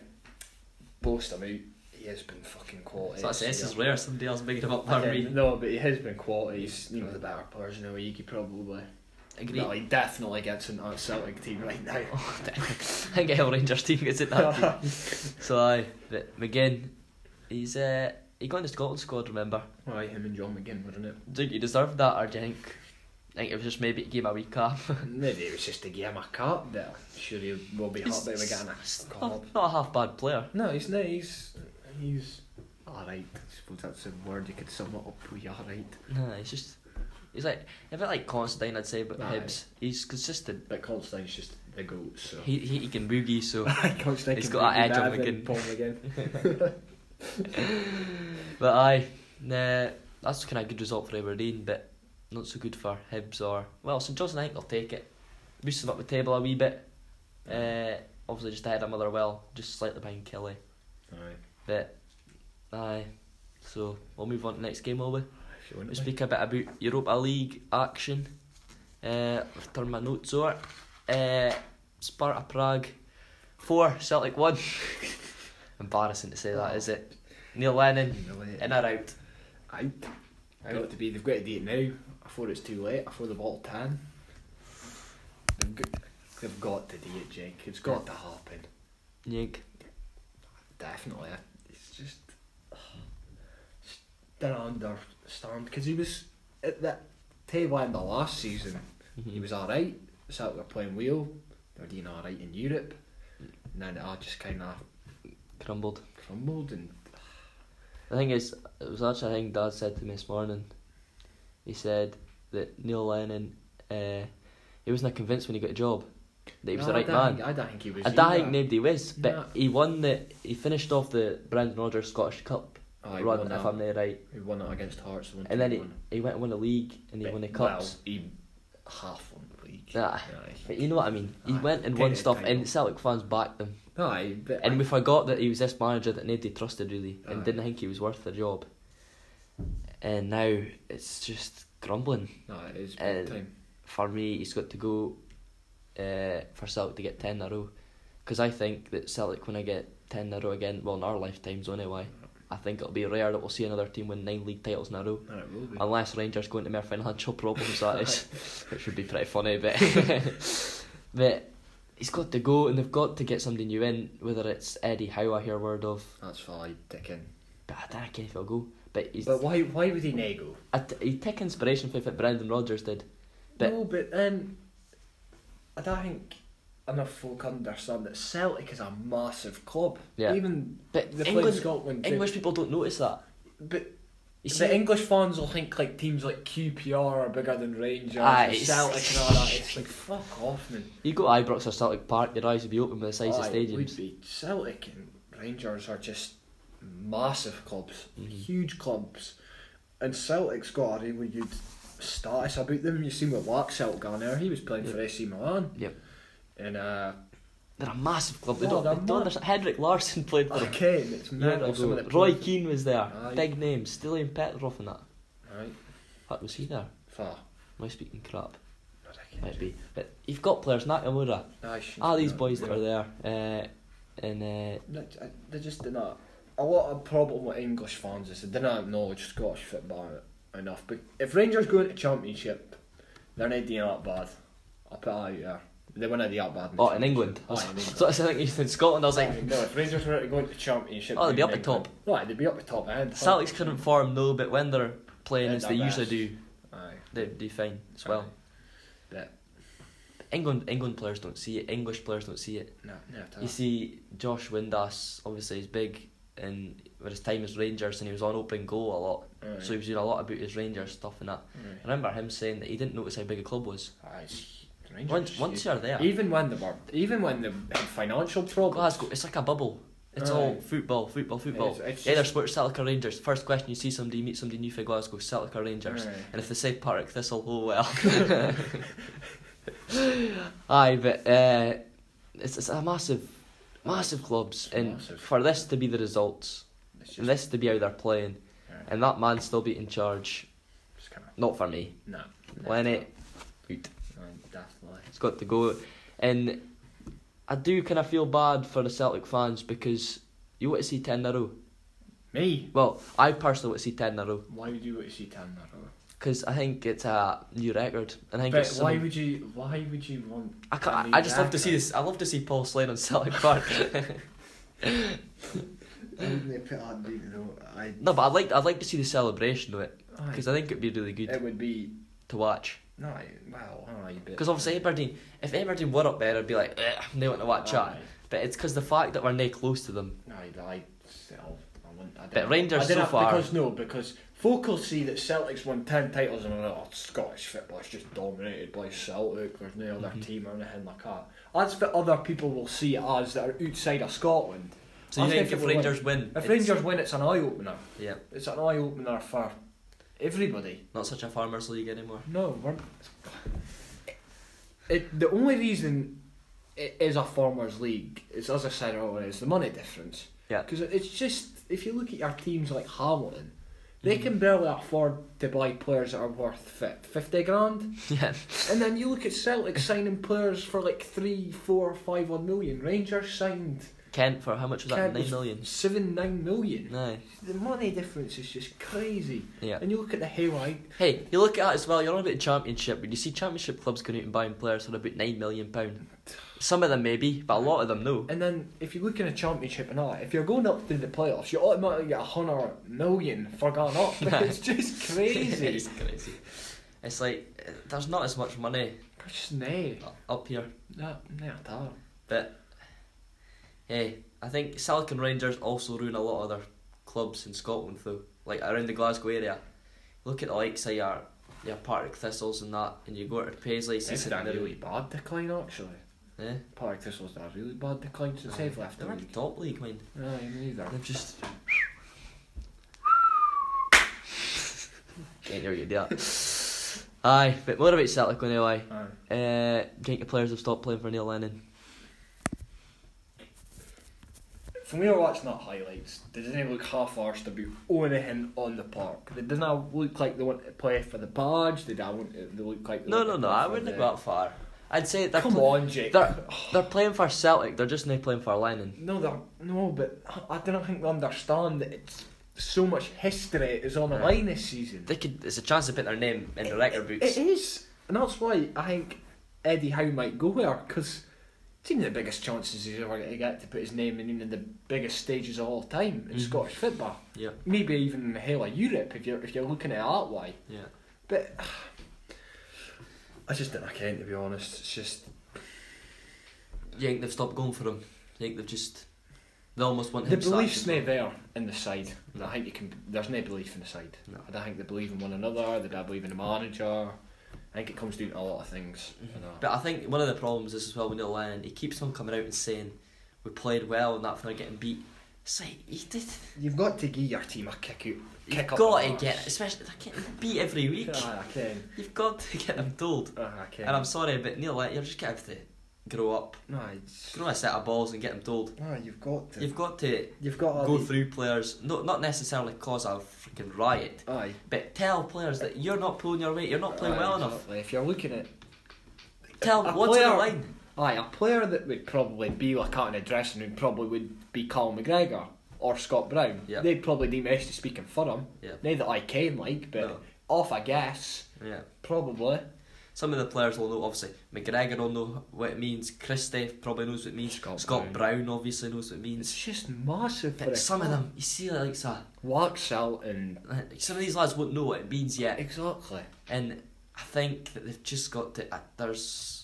[SPEAKER 2] boast him out, he has been fucking quality.
[SPEAKER 1] So that's
[SPEAKER 2] this
[SPEAKER 1] S is
[SPEAKER 2] year.
[SPEAKER 1] rare, somebody else making him up
[SPEAKER 2] I
[SPEAKER 1] there.
[SPEAKER 2] think-
[SPEAKER 1] me.
[SPEAKER 2] No, but he has been quality. He's you know the better players in the league. He probably,
[SPEAKER 1] Agree.
[SPEAKER 2] no, he definitely gets into that Celtic team right now.
[SPEAKER 1] Oh, I think El Rangers team gets it that team. So aye, but McGinn, he's uh, he got in the Scotland squad, remember?
[SPEAKER 2] Aye, him and John McGinn, wasn't it?
[SPEAKER 1] Do you think he deserved that, or do you think, I think it was just maybe to give him a wee cap?
[SPEAKER 2] Maybe it was just to give him a cap, but sure he will be happy with getting a cap.
[SPEAKER 1] Not a half bad player.
[SPEAKER 2] No, he's not. He's he's alright. I suppose that's a word you could sum it up with. Alright,
[SPEAKER 1] No, he's just. He's like a bit like Constantine, I'd say, but
[SPEAKER 2] Aye.
[SPEAKER 1] Hibs. He's consistent.
[SPEAKER 2] but Constantine's just the goat. So
[SPEAKER 1] He he, he can boogie, so.
[SPEAKER 2] Constantine
[SPEAKER 1] He's
[SPEAKER 2] can
[SPEAKER 1] got that
[SPEAKER 2] be
[SPEAKER 1] edge on
[SPEAKER 2] better than
[SPEAKER 1] McGinn.
[SPEAKER 2] Paul McGinn.
[SPEAKER 1] but aye, nah, that's kind of a good result for Aberdeen, but not so good for Hibs or well, St Johnson. I think they'll take it. Boost them up the table a wee bit. Uh, obviously, just ahead of Motherwell, just slightly behind Kelly,
[SPEAKER 2] Aye,
[SPEAKER 1] but aye. So we'll move on to next game, will we?
[SPEAKER 2] if you want
[SPEAKER 1] We'll
[SPEAKER 2] to.
[SPEAKER 1] speak a bit about Europa League action. Uh, I've turned my notes over. Uh, Sparta Prague, 4, Celtic 1. Embarrassing to say that, is it? Neil Lennon, in or out?
[SPEAKER 2] Out. Got to be. They've got to do it now. Before it's too late. Before the ball tan. They've got, they've got to do it, Jake. It's got to happen.
[SPEAKER 1] Yank.
[SPEAKER 2] Definitely. It's just. just Don't understand because he was at the tail end of last season. He was alright. Celtic were playing well. They were doing alright in Europe. And then it all just kind of
[SPEAKER 1] Crumbled.
[SPEAKER 2] crumbled and
[SPEAKER 1] The thing is, it was actually, I think Dad said to me this morning, he said that Neil Lennon, uh, he wasn't convinced when he got a job that he was
[SPEAKER 2] No,
[SPEAKER 1] the right
[SPEAKER 2] I don't
[SPEAKER 1] man.
[SPEAKER 2] Think, I don't think he was.
[SPEAKER 1] I don't think
[SPEAKER 2] either.
[SPEAKER 1] nobody was, but
[SPEAKER 2] No.
[SPEAKER 1] he won the. He finished off the Brandon Rodgers Scottish Cup
[SPEAKER 2] Aye, Oh, he
[SPEAKER 1] run,
[SPEAKER 2] won
[SPEAKER 1] if
[SPEAKER 2] that.
[SPEAKER 1] I'm not right.
[SPEAKER 2] He won it against Hearts. won
[SPEAKER 1] And then he,
[SPEAKER 2] 2-1.
[SPEAKER 1] he went and won the league and he
[SPEAKER 2] But-
[SPEAKER 1] won the
[SPEAKER 2] well,
[SPEAKER 1] cups.
[SPEAKER 2] he half won the league.
[SPEAKER 1] Nah,
[SPEAKER 2] Aye.
[SPEAKER 1] but you know what I mean. He
[SPEAKER 2] Aye,
[SPEAKER 1] went and
[SPEAKER 2] take
[SPEAKER 1] won
[SPEAKER 2] the
[SPEAKER 1] stuff,
[SPEAKER 2] title.
[SPEAKER 1] and Celtic fans backed him.
[SPEAKER 2] Aye, but
[SPEAKER 1] And we forgot that he was this manager that nobody trusted really, and
[SPEAKER 2] Aye.
[SPEAKER 1] didn't think he was worth the job. And now it's just grumbling.
[SPEAKER 2] no, it is
[SPEAKER 1] Uh,
[SPEAKER 2] big time.
[SPEAKER 1] For me, he's got to go uh, for Celtic to get 10 in a row. Because I think that Celtic, when I get 10 in a row again, well, in our lifetimes anyway, I think it'll be rare that we'll see another team win nine league titles in a row.
[SPEAKER 2] And it will be.
[SPEAKER 1] Unless Rangers go into mere financial problems, that is, which would be pretty funny. But but he's got to go, and they've got to get somebody new in. Whether it's Eddie Howe, I hear word of,
[SPEAKER 2] That's fine, Dickin.
[SPEAKER 1] but I don't care if he'll go. But he's
[SPEAKER 2] But why why would he nego?
[SPEAKER 1] I t- he take inspiration from what Brendan Rodgers did. But-
[SPEAKER 2] no, but then I don't think enough folk understand that Celtic is a massive club.
[SPEAKER 1] Yeah.
[SPEAKER 2] Even
[SPEAKER 1] But
[SPEAKER 2] the
[SPEAKER 1] England-
[SPEAKER 2] Scotland. they-
[SPEAKER 1] English people don't notice that.
[SPEAKER 2] but
[SPEAKER 1] You
[SPEAKER 2] the
[SPEAKER 1] see,
[SPEAKER 2] English fans will think like teams like QPR are bigger than Rangers,
[SPEAKER 1] Aye,
[SPEAKER 2] and
[SPEAKER 1] Ah, it's-
[SPEAKER 2] Celtic and all that. It's like fuck off, man.
[SPEAKER 1] you go to Ibrox or Celtic Park, your eyes will be open with the size of
[SPEAKER 2] Aye, it would
[SPEAKER 1] stadiums.
[SPEAKER 2] be. Celtic and Rangers are just massive clubs,
[SPEAKER 1] Mhm.
[SPEAKER 2] huge clubs, and Celtic's got a really good status about them. You seen with Lark Celtic on there, he was playing for AC Milan,
[SPEAKER 1] Yep.
[SPEAKER 2] and uh,
[SPEAKER 1] They're a massive club. They
[SPEAKER 2] No,
[SPEAKER 1] don't,
[SPEAKER 2] they're
[SPEAKER 1] they
[SPEAKER 2] not.
[SPEAKER 1] don't understand. Henrik Larsson played for them.
[SPEAKER 2] again, it's
[SPEAKER 1] year
[SPEAKER 2] mental. Some
[SPEAKER 1] ago.
[SPEAKER 2] of the
[SPEAKER 1] Roy
[SPEAKER 2] players-
[SPEAKER 1] Keane was there.
[SPEAKER 2] Aye.
[SPEAKER 1] Big names. Stillian Petrov and that.
[SPEAKER 2] right?
[SPEAKER 1] What was he there?
[SPEAKER 2] Far.
[SPEAKER 1] Am I speaking crap?
[SPEAKER 2] Ridiculous.
[SPEAKER 1] Might be. But you've got players, Nakamura,
[SPEAKER 2] Aye, shouldn't
[SPEAKER 1] all
[SPEAKER 2] be
[SPEAKER 1] these
[SPEAKER 2] that.
[SPEAKER 1] boys that
[SPEAKER 2] Yeah.
[SPEAKER 1] are there. Uh, and uh,
[SPEAKER 2] No, I- They just did not. A lot of problem with English fans is they did not acknowledge Scottish football enough. But if Rangers go into Championship, they're not doing that bad. I'll put it out there. They wouldn't do that bad.
[SPEAKER 1] oh, in England.
[SPEAKER 2] Oh, in England.
[SPEAKER 1] so I think he's in Scotland. I was like,
[SPEAKER 2] no, if Rangers were to go into Championship,
[SPEAKER 1] Oh, they'd be up the
[SPEAKER 2] England- Right, they'd be up the top end.
[SPEAKER 1] Celtic's current form though, but when they're playing
[SPEAKER 2] They're
[SPEAKER 1] as
[SPEAKER 2] their
[SPEAKER 1] they usually
[SPEAKER 2] best.
[SPEAKER 1] do,
[SPEAKER 2] Aye.
[SPEAKER 1] they do fine as well.
[SPEAKER 2] Aye. But
[SPEAKER 1] England England players don't see it. English players don't see it.
[SPEAKER 2] no, no, at all.
[SPEAKER 1] You see, Josh Windass obviously is big, and with his time as Rangers, and he was on open goal a lot,
[SPEAKER 2] Aye.
[SPEAKER 1] so he was doing a lot about his Rangers stuff and that.
[SPEAKER 2] Aye.
[SPEAKER 1] I remember him saying that he didn't notice how big a club was.
[SPEAKER 2] Aye, it's- Rangers,
[SPEAKER 1] Once once you're there,
[SPEAKER 2] even when they were, even when they had financial problems,
[SPEAKER 1] Oh, Glasgow, it's like a bubble. It's
[SPEAKER 2] Aye.
[SPEAKER 1] all football, football, football.
[SPEAKER 2] It's- it's
[SPEAKER 1] yeah, they're
[SPEAKER 2] just-
[SPEAKER 1] sports Celtic or Rangers. First question you see somebody, you meet somebody new for Glasgow, Celtic or Rangers.
[SPEAKER 2] Aye.
[SPEAKER 1] And if they say Park Thistle, oh well. Aye, but uh, it's, it's a massive, massive clubs.
[SPEAKER 2] It's
[SPEAKER 1] And
[SPEAKER 2] massive.
[SPEAKER 1] for this to be the results,
[SPEAKER 2] it's
[SPEAKER 1] and this
[SPEAKER 2] just,
[SPEAKER 1] to be how they're playing,
[SPEAKER 2] Aye.
[SPEAKER 1] and that man still be in charge,
[SPEAKER 2] just kind of
[SPEAKER 1] not for me.
[SPEAKER 2] No.
[SPEAKER 1] Lenny,
[SPEAKER 2] Definitely.
[SPEAKER 1] It's got to go. And I do kind of feel bad for the Celtic fans because you want to see 10 in a row.
[SPEAKER 2] Me?
[SPEAKER 1] Well, I personally want to see 10 in a row
[SPEAKER 2] Why would you want to see ten in a row?
[SPEAKER 1] because I think it's a new record. I think
[SPEAKER 2] But
[SPEAKER 1] it's
[SPEAKER 2] why
[SPEAKER 1] something-
[SPEAKER 2] would you? Why would you want?
[SPEAKER 1] I,
[SPEAKER 2] a
[SPEAKER 1] can't,
[SPEAKER 2] new
[SPEAKER 1] I, I just love to see
[SPEAKER 2] record?
[SPEAKER 1] this. I love to see Paul Slade on Celtic Park. no, but I'd like I'd like to see the celebration of it because I think it'd be really good
[SPEAKER 2] it would be
[SPEAKER 1] to watch.
[SPEAKER 2] no. Wow. Aye, but-
[SPEAKER 1] Because obviously Aberdeen, if Aberdeen were up there, I'd be like, "Ugh, they want to watch that.
[SPEAKER 2] Aye.
[SPEAKER 1] But it's because the fact that we're nay close to them.
[SPEAKER 2] No, I still. I wouldn't. I
[SPEAKER 1] But
[SPEAKER 2] didn't-
[SPEAKER 1] Rangers
[SPEAKER 2] I didn't-
[SPEAKER 1] so far-
[SPEAKER 2] Because no, because folk will see that Celtic's won ten titles in a row. Oh, Scottish football is just dominated by Celtic. There's no
[SPEAKER 1] Mm-hmm.
[SPEAKER 2] other team or anything like that. That's what other people will see it as that are outside of Scotland.
[SPEAKER 1] So you
[SPEAKER 2] I
[SPEAKER 1] think
[SPEAKER 2] think
[SPEAKER 1] if
[SPEAKER 2] it will
[SPEAKER 1] Rangers win,
[SPEAKER 2] If
[SPEAKER 1] it's-
[SPEAKER 2] Rangers win, it's an eye opener.
[SPEAKER 1] yeah,
[SPEAKER 2] It's an eye opener for everybody.
[SPEAKER 1] not such a farmers league anymore.
[SPEAKER 2] No, we're. It, the only reason it is a farmers league is, as I said earlier, is the money difference.
[SPEAKER 1] Yeah.
[SPEAKER 2] Because it's just if you look at your teams like Hamilton, they can barely afford to buy players that are worth fit fifty grand,
[SPEAKER 1] yeah,
[SPEAKER 2] and then you look at Celtic signing players for like three, four, five, one million. Rangers signed
[SPEAKER 1] Kent for how much was that?
[SPEAKER 2] Kent
[SPEAKER 1] Nine
[SPEAKER 2] was
[SPEAKER 1] million.
[SPEAKER 2] seven, nine million.
[SPEAKER 1] No,
[SPEAKER 2] The money difference is just crazy.
[SPEAKER 1] yeah.
[SPEAKER 2] And you look at the Haywright.
[SPEAKER 1] Hey, you look at that as well, you're on about the championship, but you see championship clubs going out and buying players for about nine million pound. Some of them maybe, but a lot of them no.
[SPEAKER 2] And then if you look in a championship and all, if you're going up through the playoffs, you automatically get a hundred million for going up. it's just crazy.
[SPEAKER 1] it's crazy. It's like eh, there's not as much money
[SPEAKER 2] Just nay.
[SPEAKER 1] up here.
[SPEAKER 2] No, no, at all.
[SPEAKER 1] But hey, I think Celtic and Rangers also ruin a lot of other clubs in Scotland though, like around the Glasgow area. Look at the likes of your your Partick Thistles and that, and you go to Paisley, see
[SPEAKER 2] It's
[SPEAKER 1] something
[SPEAKER 2] a
[SPEAKER 1] that
[SPEAKER 2] really
[SPEAKER 1] really,
[SPEAKER 2] bad decline actually.
[SPEAKER 1] eh?
[SPEAKER 2] Partick Thistle's done a really bad decline since they've left the
[SPEAKER 1] They're in
[SPEAKER 2] league.
[SPEAKER 1] the top league, mind.
[SPEAKER 2] No, neither.
[SPEAKER 1] They've just. Can't hear you do that. Aye, but what about Celtic anyway?
[SPEAKER 2] Aye.
[SPEAKER 1] Uh, do you think the players have stopped playing for Neil Lennon?
[SPEAKER 2] From we were watching that highlights, they didn't look half arsed about anything on the park. They didn't look like they want to play for the badge. They didn't want to, they look like they
[SPEAKER 1] No,
[SPEAKER 2] want
[SPEAKER 1] no,
[SPEAKER 2] to
[SPEAKER 1] no.
[SPEAKER 2] play
[SPEAKER 1] I
[SPEAKER 2] for
[SPEAKER 1] wouldn't
[SPEAKER 2] the-
[SPEAKER 1] go that far. I'd say they're
[SPEAKER 2] Come
[SPEAKER 1] pl-
[SPEAKER 2] on, Jake.
[SPEAKER 1] They're they're playing for Celtic. They're just not playing for Lennon.
[SPEAKER 2] No, they're no, but I don't think they understand that it's so much history is on the
[SPEAKER 1] Aye.
[SPEAKER 2] line this season.
[SPEAKER 1] They could. There's a chance to put their name in the record
[SPEAKER 2] It-
[SPEAKER 1] books.
[SPEAKER 2] It is, and that's why I think Eddie Howe might go there because it's even the biggest chances he's ever going to get to put his name in even the biggest stages of all time in
[SPEAKER 1] Mhm.
[SPEAKER 2] Scottish football.
[SPEAKER 1] Yeah.
[SPEAKER 2] Maybe even in the hell of Europe if you're if you're looking at it that way.
[SPEAKER 1] Yeah.
[SPEAKER 2] But I just don't like it to be honest. It's just
[SPEAKER 1] You think they've stopped going for him? You think they've just. They almost want
[SPEAKER 2] the
[SPEAKER 1] him sacked
[SPEAKER 2] belief's
[SPEAKER 1] as
[SPEAKER 2] not
[SPEAKER 1] well.
[SPEAKER 2] there in the side. And I think you can. There's no belief in the side.
[SPEAKER 1] No.
[SPEAKER 2] I don't think they believe in one another. They don't believe in the manager. I think it comes down to a lot of things. you know.
[SPEAKER 1] Mm-hmm. But I think one of the problems is as well with Neil Lennon, he keeps on coming out and saying, we played well and that for getting beat. It's like, he did.
[SPEAKER 2] You've got to give your team a kick out.
[SPEAKER 1] You've
[SPEAKER 2] Kick up
[SPEAKER 1] got
[SPEAKER 2] the
[SPEAKER 1] to
[SPEAKER 2] arse.
[SPEAKER 1] get, especially, they're getting beat every week.
[SPEAKER 2] Ah, I can.
[SPEAKER 1] You've got to get them told.
[SPEAKER 2] Ah, I can.
[SPEAKER 1] And I'm sorry, but Neil Lennon, you're just going to have to grow up.
[SPEAKER 2] No, it's.
[SPEAKER 1] Throw a set of balls and get them told.
[SPEAKER 2] No, you've got to.
[SPEAKER 1] You've got to
[SPEAKER 2] You've got to.
[SPEAKER 1] go through players, no, not necessarily cause a freaking riot,
[SPEAKER 2] Aye.
[SPEAKER 1] but tell players that you're not pulling your weight, you're not playing
[SPEAKER 2] Aye,
[SPEAKER 1] well enough.
[SPEAKER 2] exactly. If you're looking at.
[SPEAKER 1] Tell
[SPEAKER 2] A
[SPEAKER 1] what's on the
[SPEAKER 2] player-
[SPEAKER 1] line.
[SPEAKER 2] Aye, a player that would probably be like out in the dressing room probably would be Carl McGregor or Scott Brown.
[SPEAKER 1] Yeah.
[SPEAKER 2] They'd probably need Messi speaking for him.
[SPEAKER 1] Yeah.
[SPEAKER 2] Not that I can like, but
[SPEAKER 1] No.
[SPEAKER 2] off I guess.
[SPEAKER 1] Yeah.
[SPEAKER 2] Probably.
[SPEAKER 1] Some of the players will know, obviously. McGregor will know what it means. Christie probably knows what it means.
[SPEAKER 2] Scott
[SPEAKER 1] Brown. obviously knows what it
[SPEAKER 2] It's
[SPEAKER 1] means.
[SPEAKER 2] just massive. for a
[SPEAKER 1] But some of
[SPEAKER 2] club.
[SPEAKER 1] them, you see, like, sa-
[SPEAKER 2] Waxell and
[SPEAKER 1] like, some of these lads won't know what it means yet.
[SPEAKER 2] exactly.
[SPEAKER 1] And I think that they've just got to. Uh, there's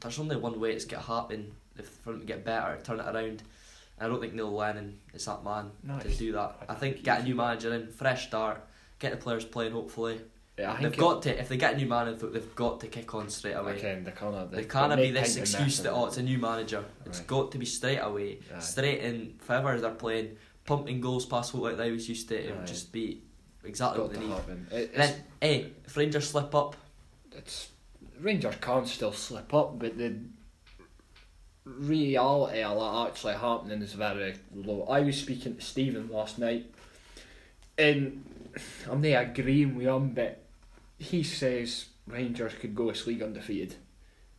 [SPEAKER 1] there's only one way it's going to happen if, for them to get better, turn it around. I don't think Neil Lennon is that man
[SPEAKER 2] No,
[SPEAKER 1] to
[SPEAKER 2] he's-
[SPEAKER 1] do that.
[SPEAKER 2] I
[SPEAKER 1] I
[SPEAKER 2] don't
[SPEAKER 1] think
[SPEAKER 2] think
[SPEAKER 1] get a
[SPEAKER 2] he's-
[SPEAKER 1] new manager in, fresh start, get the players playing, hopefully.
[SPEAKER 2] Yeah, I think
[SPEAKER 1] They've got to, if they get a new manager, they've got to kick on straight away.
[SPEAKER 2] Okay, they can't have
[SPEAKER 1] There
[SPEAKER 2] they
[SPEAKER 1] can't
[SPEAKER 2] they've
[SPEAKER 1] be
[SPEAKER 2] made
[SPEAKER 1] this
[SPEAKER 2] time to
[SPEAKER 1] excuse
[SPEAKER 2] mess
[SPEAKER 1] that
[SPEAKER 2] with
[SPEAKER 1] oh
[SPEAKER 2] it.
[SPEAKER 1] it's a new manager. It's
[SPEAKER 2] Right.
[SPEAKER 1] got to be straight away,
[SPEAKER 2] Aye.
[SPEAKER 1] straight in. Whoever they're playing, pumping goals past what like they was used to. It
[SPEAKER 2] Aye.
[SPEAKER 1] would just be
[SPEAKER 2] It's
[SPEAKER 1] exactly
[SPEAKER 2] got
[SPEAKER 1] what
[SPEAKER 2] to
[SPEAKER 1] they need.
[SPEAKER 2] happen. It, it's,
[SPEAKER 1] Then hey, if Rangers slip up,
[SPEAKER 2] it's Rangers can still slip up, but the reality of that actually happening is very low. I was speaking to Stephen last night, and I'm not agreeing with him, but he says Rangers could go this league undefeated,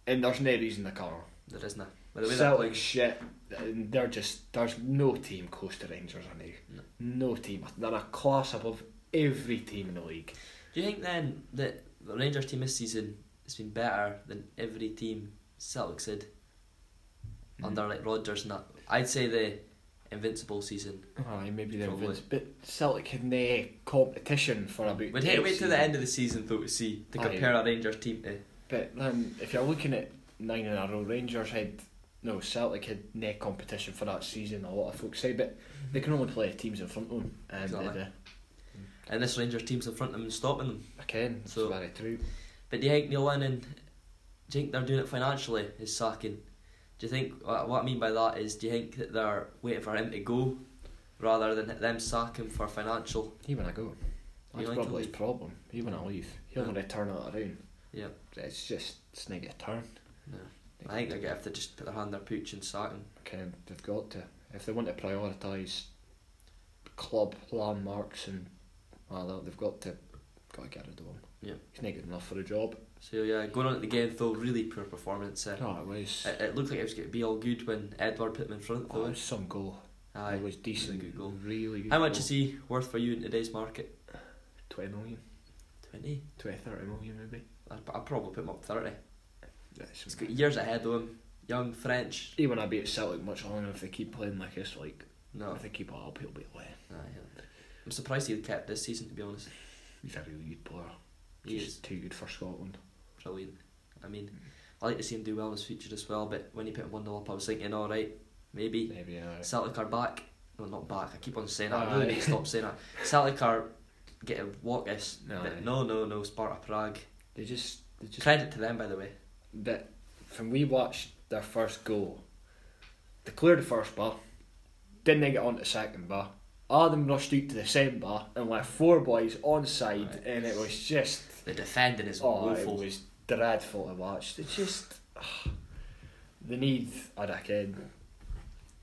[SPEAKER 2] and there's no reason they can't.
[SPEAKER 1] there isn't. By the way they're
[SPEAKER 2] Celtic
[SPEAKER 1] playing,
[SPEAKER 2] shit. and They're just there's no team close to Rangers are now. No. team. They're a class above every team in the league.
[SPEAKER 1] do you think then that the Rangers team this season has been better than every team Celtic said
[SPEAKER 2] Mm-hmm.
[SPEAKER 1] under like Rodgers and that? I'd say the invincible season.
[SPEAKER 2] Aye, maybe
[SPEAKER 1] they're
[SPEAKER 2] they're
[SPEAKER 1] Probably.
[SPEAKER 2] invincible. But Celtic had no competition for about.
[SPEAKER 1] We'd hate to
[SPEAKER 2] eight
[SPEAKER 1] wait till the
[SPEAKER 2] seasons.
[SPEAKER 1] end of the season though to see to
[SPEAKER 2] Aye.
[SPEAKER 1] compare our Rangers team to.
[SPEAKER 2] But then, if you're looking at nine in a row, Rangers had no Celtic had no competition for that season. A lot of folks say, but they can only play the teams in front of them, and
[SPEAKER 1] Exactly.
[SPEAKER 2] they do.
[SPEAKER 1] And this Rangers team's in front of them and stopping them.
[SPEAKER 2] again, it's
[SPEAKER 1] So-
[SPEAKER 2] very true.
[SPEAKER 1] But do you think Neil Lennon, do you think they're doing it financially, his sacking? Do you think, what what I mean by that is, do you think that they're waiting for him to go rather than them sacking for financial?
[SPEAKER 2] He wanna go.
[SPEAKER 1] You
[SPEAKER 2] That's
[SPEAKER 1] like to
[SPEAKER 2] probably his
[SPEAKER 1] leave.
[SPEAKER 2] problem. He wanna leave. He'll
[SPEAKER 1] Yeah.
[SPEAKER 2] wanna turn it around.
[SPEAKER 1] Yeah.
[SPEAKER 2] It's just it's not gonna turn.
[SPEAKER 1] No. I think they're going to have to just put their hand in their pooch and sack him.
[SPEAKER 2] Okay, they've got to if they want to prioritise club landmarks and all that, they've got to got to get rid of him.
[SPEAKER 1] Yeah.
[SPEAKER 2] He's not good enough for the job.
[SPEAKER 1] So yeah, going on at the game though, really poor performance. eh.
[SPEAKER 2] No, it was
[SPEAKER 1] It, it looked like it was going to be all good when Edward put him in front
[SPEAKER 2] oh, it
[SPEAKER 1] though.
[SPEAKER 2] was some goal.
[SPEAKER 1] Aye.
[SPEAKER 2] It was decent.
[SPEAKER 1] good goal.
[SPEAKER 2] Really good
[SPEAKER 1] How much
[SPEAKER 2] goal.
[SPEAKER 1] is he worth for you in today's market?
[SPEAKER 2] Twenty million.
[SPEAKER 1] 20?
[SPEAKER 2] 20, 30 million maybe.
[SPEAKER 1] I'd, I'd probably put him up 30.
[SPEAKER 2] That's
[SPEAKER 1] He's got years ahead of him. Young, French.
[SPEAKER 2] he won't be at Celtic much longer if they keep playing like this. Like
[SPEAKER 1] No.
[SPEAKER 2] if they keep it up, he'll be away.
[SPEAKER 1] Aye, yeah. I'm surprised he kept this season, to be honest.
[SPEAKER 2] He's a really good player.
[SPEAKER 1] He
[SPEAKER 2] He's
[SPEAKER 1] is
[SPEAKER 2] too good for Scotland.
[SPEAKER 1] brilliant. I mean, I like to see him do well in his future as well, but when he put 1 0 up, I was thinking, alright, maybe
[SPEAKER 2] Maybe uh,
[SPEAKER 1] Celtic are back. No, not back. I keep on saying that. I
[SPEAKER 2] Aye.
[SPEAKER 1] really need to stop saying that. Celtic are getting walkish.
[SPEAKER 2] Aye.
[SPEAKER 1] But no, no, no, Sparta Prague.
[SPEAKER 2] they just they just
[SPEAKER 1] Credit to them, by the way.
[SPEAKER 2] that when we watched their first goal, they cleared the first bar, didn't they get on to the second bar. Adam rushed out to the second bar and left four boys on side,
[SPEAKER 1] Right.
[SPEAKER 2] and it was just
[SPEAKER 1] The defending is
[SPEAKER 2] oh,
[SPEAKER 1] woeful.
[SPEAKER 2] it was dreadful to watch. They just the need I reckon.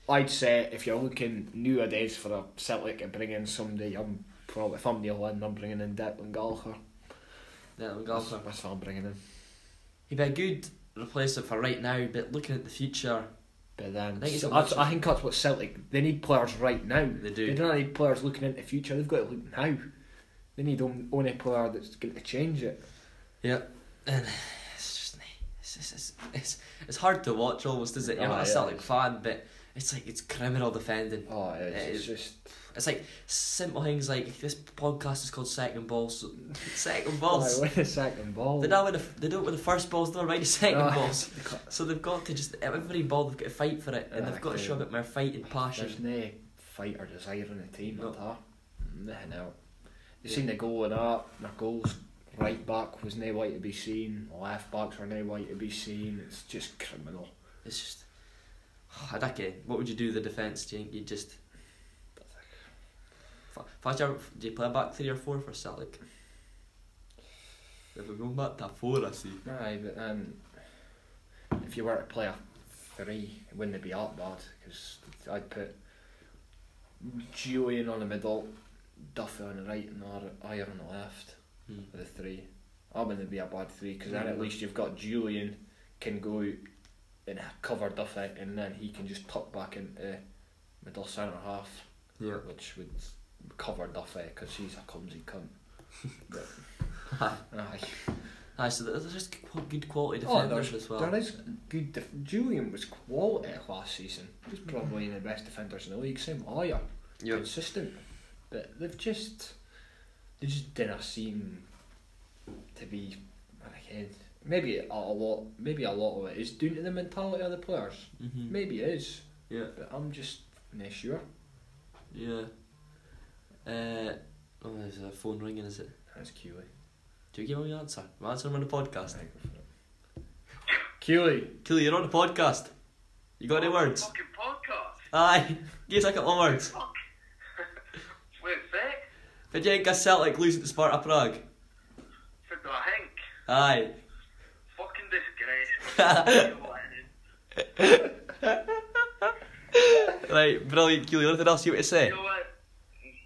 [SPEAKER 2] I'd say if you're looking nowadays for a Celtic to bring in somebody, I'm probably if I'm Neil Lennon, I'm bringing in Declan Gallagher.
[SPEAKER 1] That one
[SPEAKER 2] That's,
[SPEAKER 1] golfer.
[SPEAKER 2] that's what I'm bringing in.
[SPEAKER 1] He'd be a good replacement for right now, but looking at the future,
[SPEAKER 2] But then,
[SPEAKER 1] I think it's
[SPEAKER 2] so
[SPEAKER 1] a
[SPEAKER 2] that's,
[SPEAKER 1] massive-
[SPEAKER 2] I think that's what Celtic they need players right now.
[SPEAKER 1] They
[SPEAKER 2] They
[SPEAKER 1] do.
[SPEAKER 2] don't need players looking into the future. They've got to look now. They need on- only player that's going to change it.
[SPEAKER 1] It's just it's it's, it's, it's, it's hard to watch almost, is it? You're
[SPEAKER 2] Ah,
[SPEAKER 1] not a
[SPEAKER 2] yeah.
[SPEAKER 1] Celtic fan, but it's like it's criminal defending.
[SPEAKER 2] Oh, it's,
[SPEAKER 1] It
[SPEAKER 2] it's
[SPEAKER 1] is.
[SPEAKER 2] just
[SPEAKER 1] It's like simple things like this podcast is called Second Ball, so Second
[SPEAKER 2] balls.
[SPEAKER 1] Balls.
[SPEAKER 2] the oh, second ball.
[SPEAKER 1] They don't, win the, they don't win the first balls, they're already second
[SPEAKER 2] Ah.
[SPEAKER 1] balls. So they've got to just, every ball they've got to fight for it, and they've got to
[SPEAKER 2] Exactly.
[SPEAKER 1] show a bit more fight and passion.
[SPEAKER 2] There's no fight or desire in the team
[SPEAKER 1] No.
[SPEAKER 2] at all. Nothing out. You
[SPEAKER 1] Yeah.
[SPEAKER 2] seen the goal and that. Their goals right back was no way to be seen. Left backs were no way to be seen. It's just criminal.
[SPEAKER 1] It's just. Adake, what would you do with the defence? Do you think you'd just. Fa- Fajar, do you play back three or four for Celtic? If we're going back to four, I see.
[SPEAKER 2] Aye, but then if you were to play a three, it wouldn't be that bad because I'd put Julian on the middle, Duffy on the right, and Ar- Ayer on the left.
[SPEAKER 1] Hmm.
[SPEAKER 2] for the three. That wouldn't be a bad three because then at least you've got Julian can go out and cover Duffy, and then he can just tuck back into middle centre half,
[SPEAKER 1] Yeah.
[SPEAKER 2] which would cover Duffy because he's a clumsy cunt. but,
[SPEAKER 1] Aye.
[SPEAKER 2] aye.
[SPEAKER 1] Aye, so there- there's just qu- good quality
[SPEAKER 2] Oh,
[SPEAKER 1] defenders as well.
[SPEAKER 2] There is good. Def- Julian was quality last season. He's probably one of the best defenders in the league. Same Ayer,
[SPEAKER 1] Yeah.
[SPEAKER 2] consistent. But they've just they just didn't seem to be. Again, maybe a, a lot. Maybe a lot of it is due to the mentality of the players.
[SPEAKER 1] hmm
[SPEAKER 2] Maybe it is.
[SPEAKER 1] Yeah.
[SPEAKER 2] But I'm just not sure.
[SPEAKER 1] Yeah. Uh, oh, there's a phone ringing, is it?
[SPEAKER 2] That's Keeley.
[SPEAKER 1] Do we give him the answer? We'll answer him on the podcast.
[SPEAKER 2] Right, go for it. Keeley.
[SPEAKER 1] Tilly, you're on the podcast. You got any words?
[SPEAKER 4] Fucking podcast.
[SPEAKER 1] Aye. Give us a couple of words.
[SPEAKER 4] Fuck. Wait a sec.
[SPEAKER 1] Did you think a Celtic losing to Sparta Prague?
[SPEAKER 4] Said do I think?
[SPEAKER 1] Aye.
[SPEAKER 4] oh, Fucking disgrace.
[SPEAKER 1] Right, brilliant, Keely. Nothing else you want to say?
[SPEAKER 4] Neil Lennon.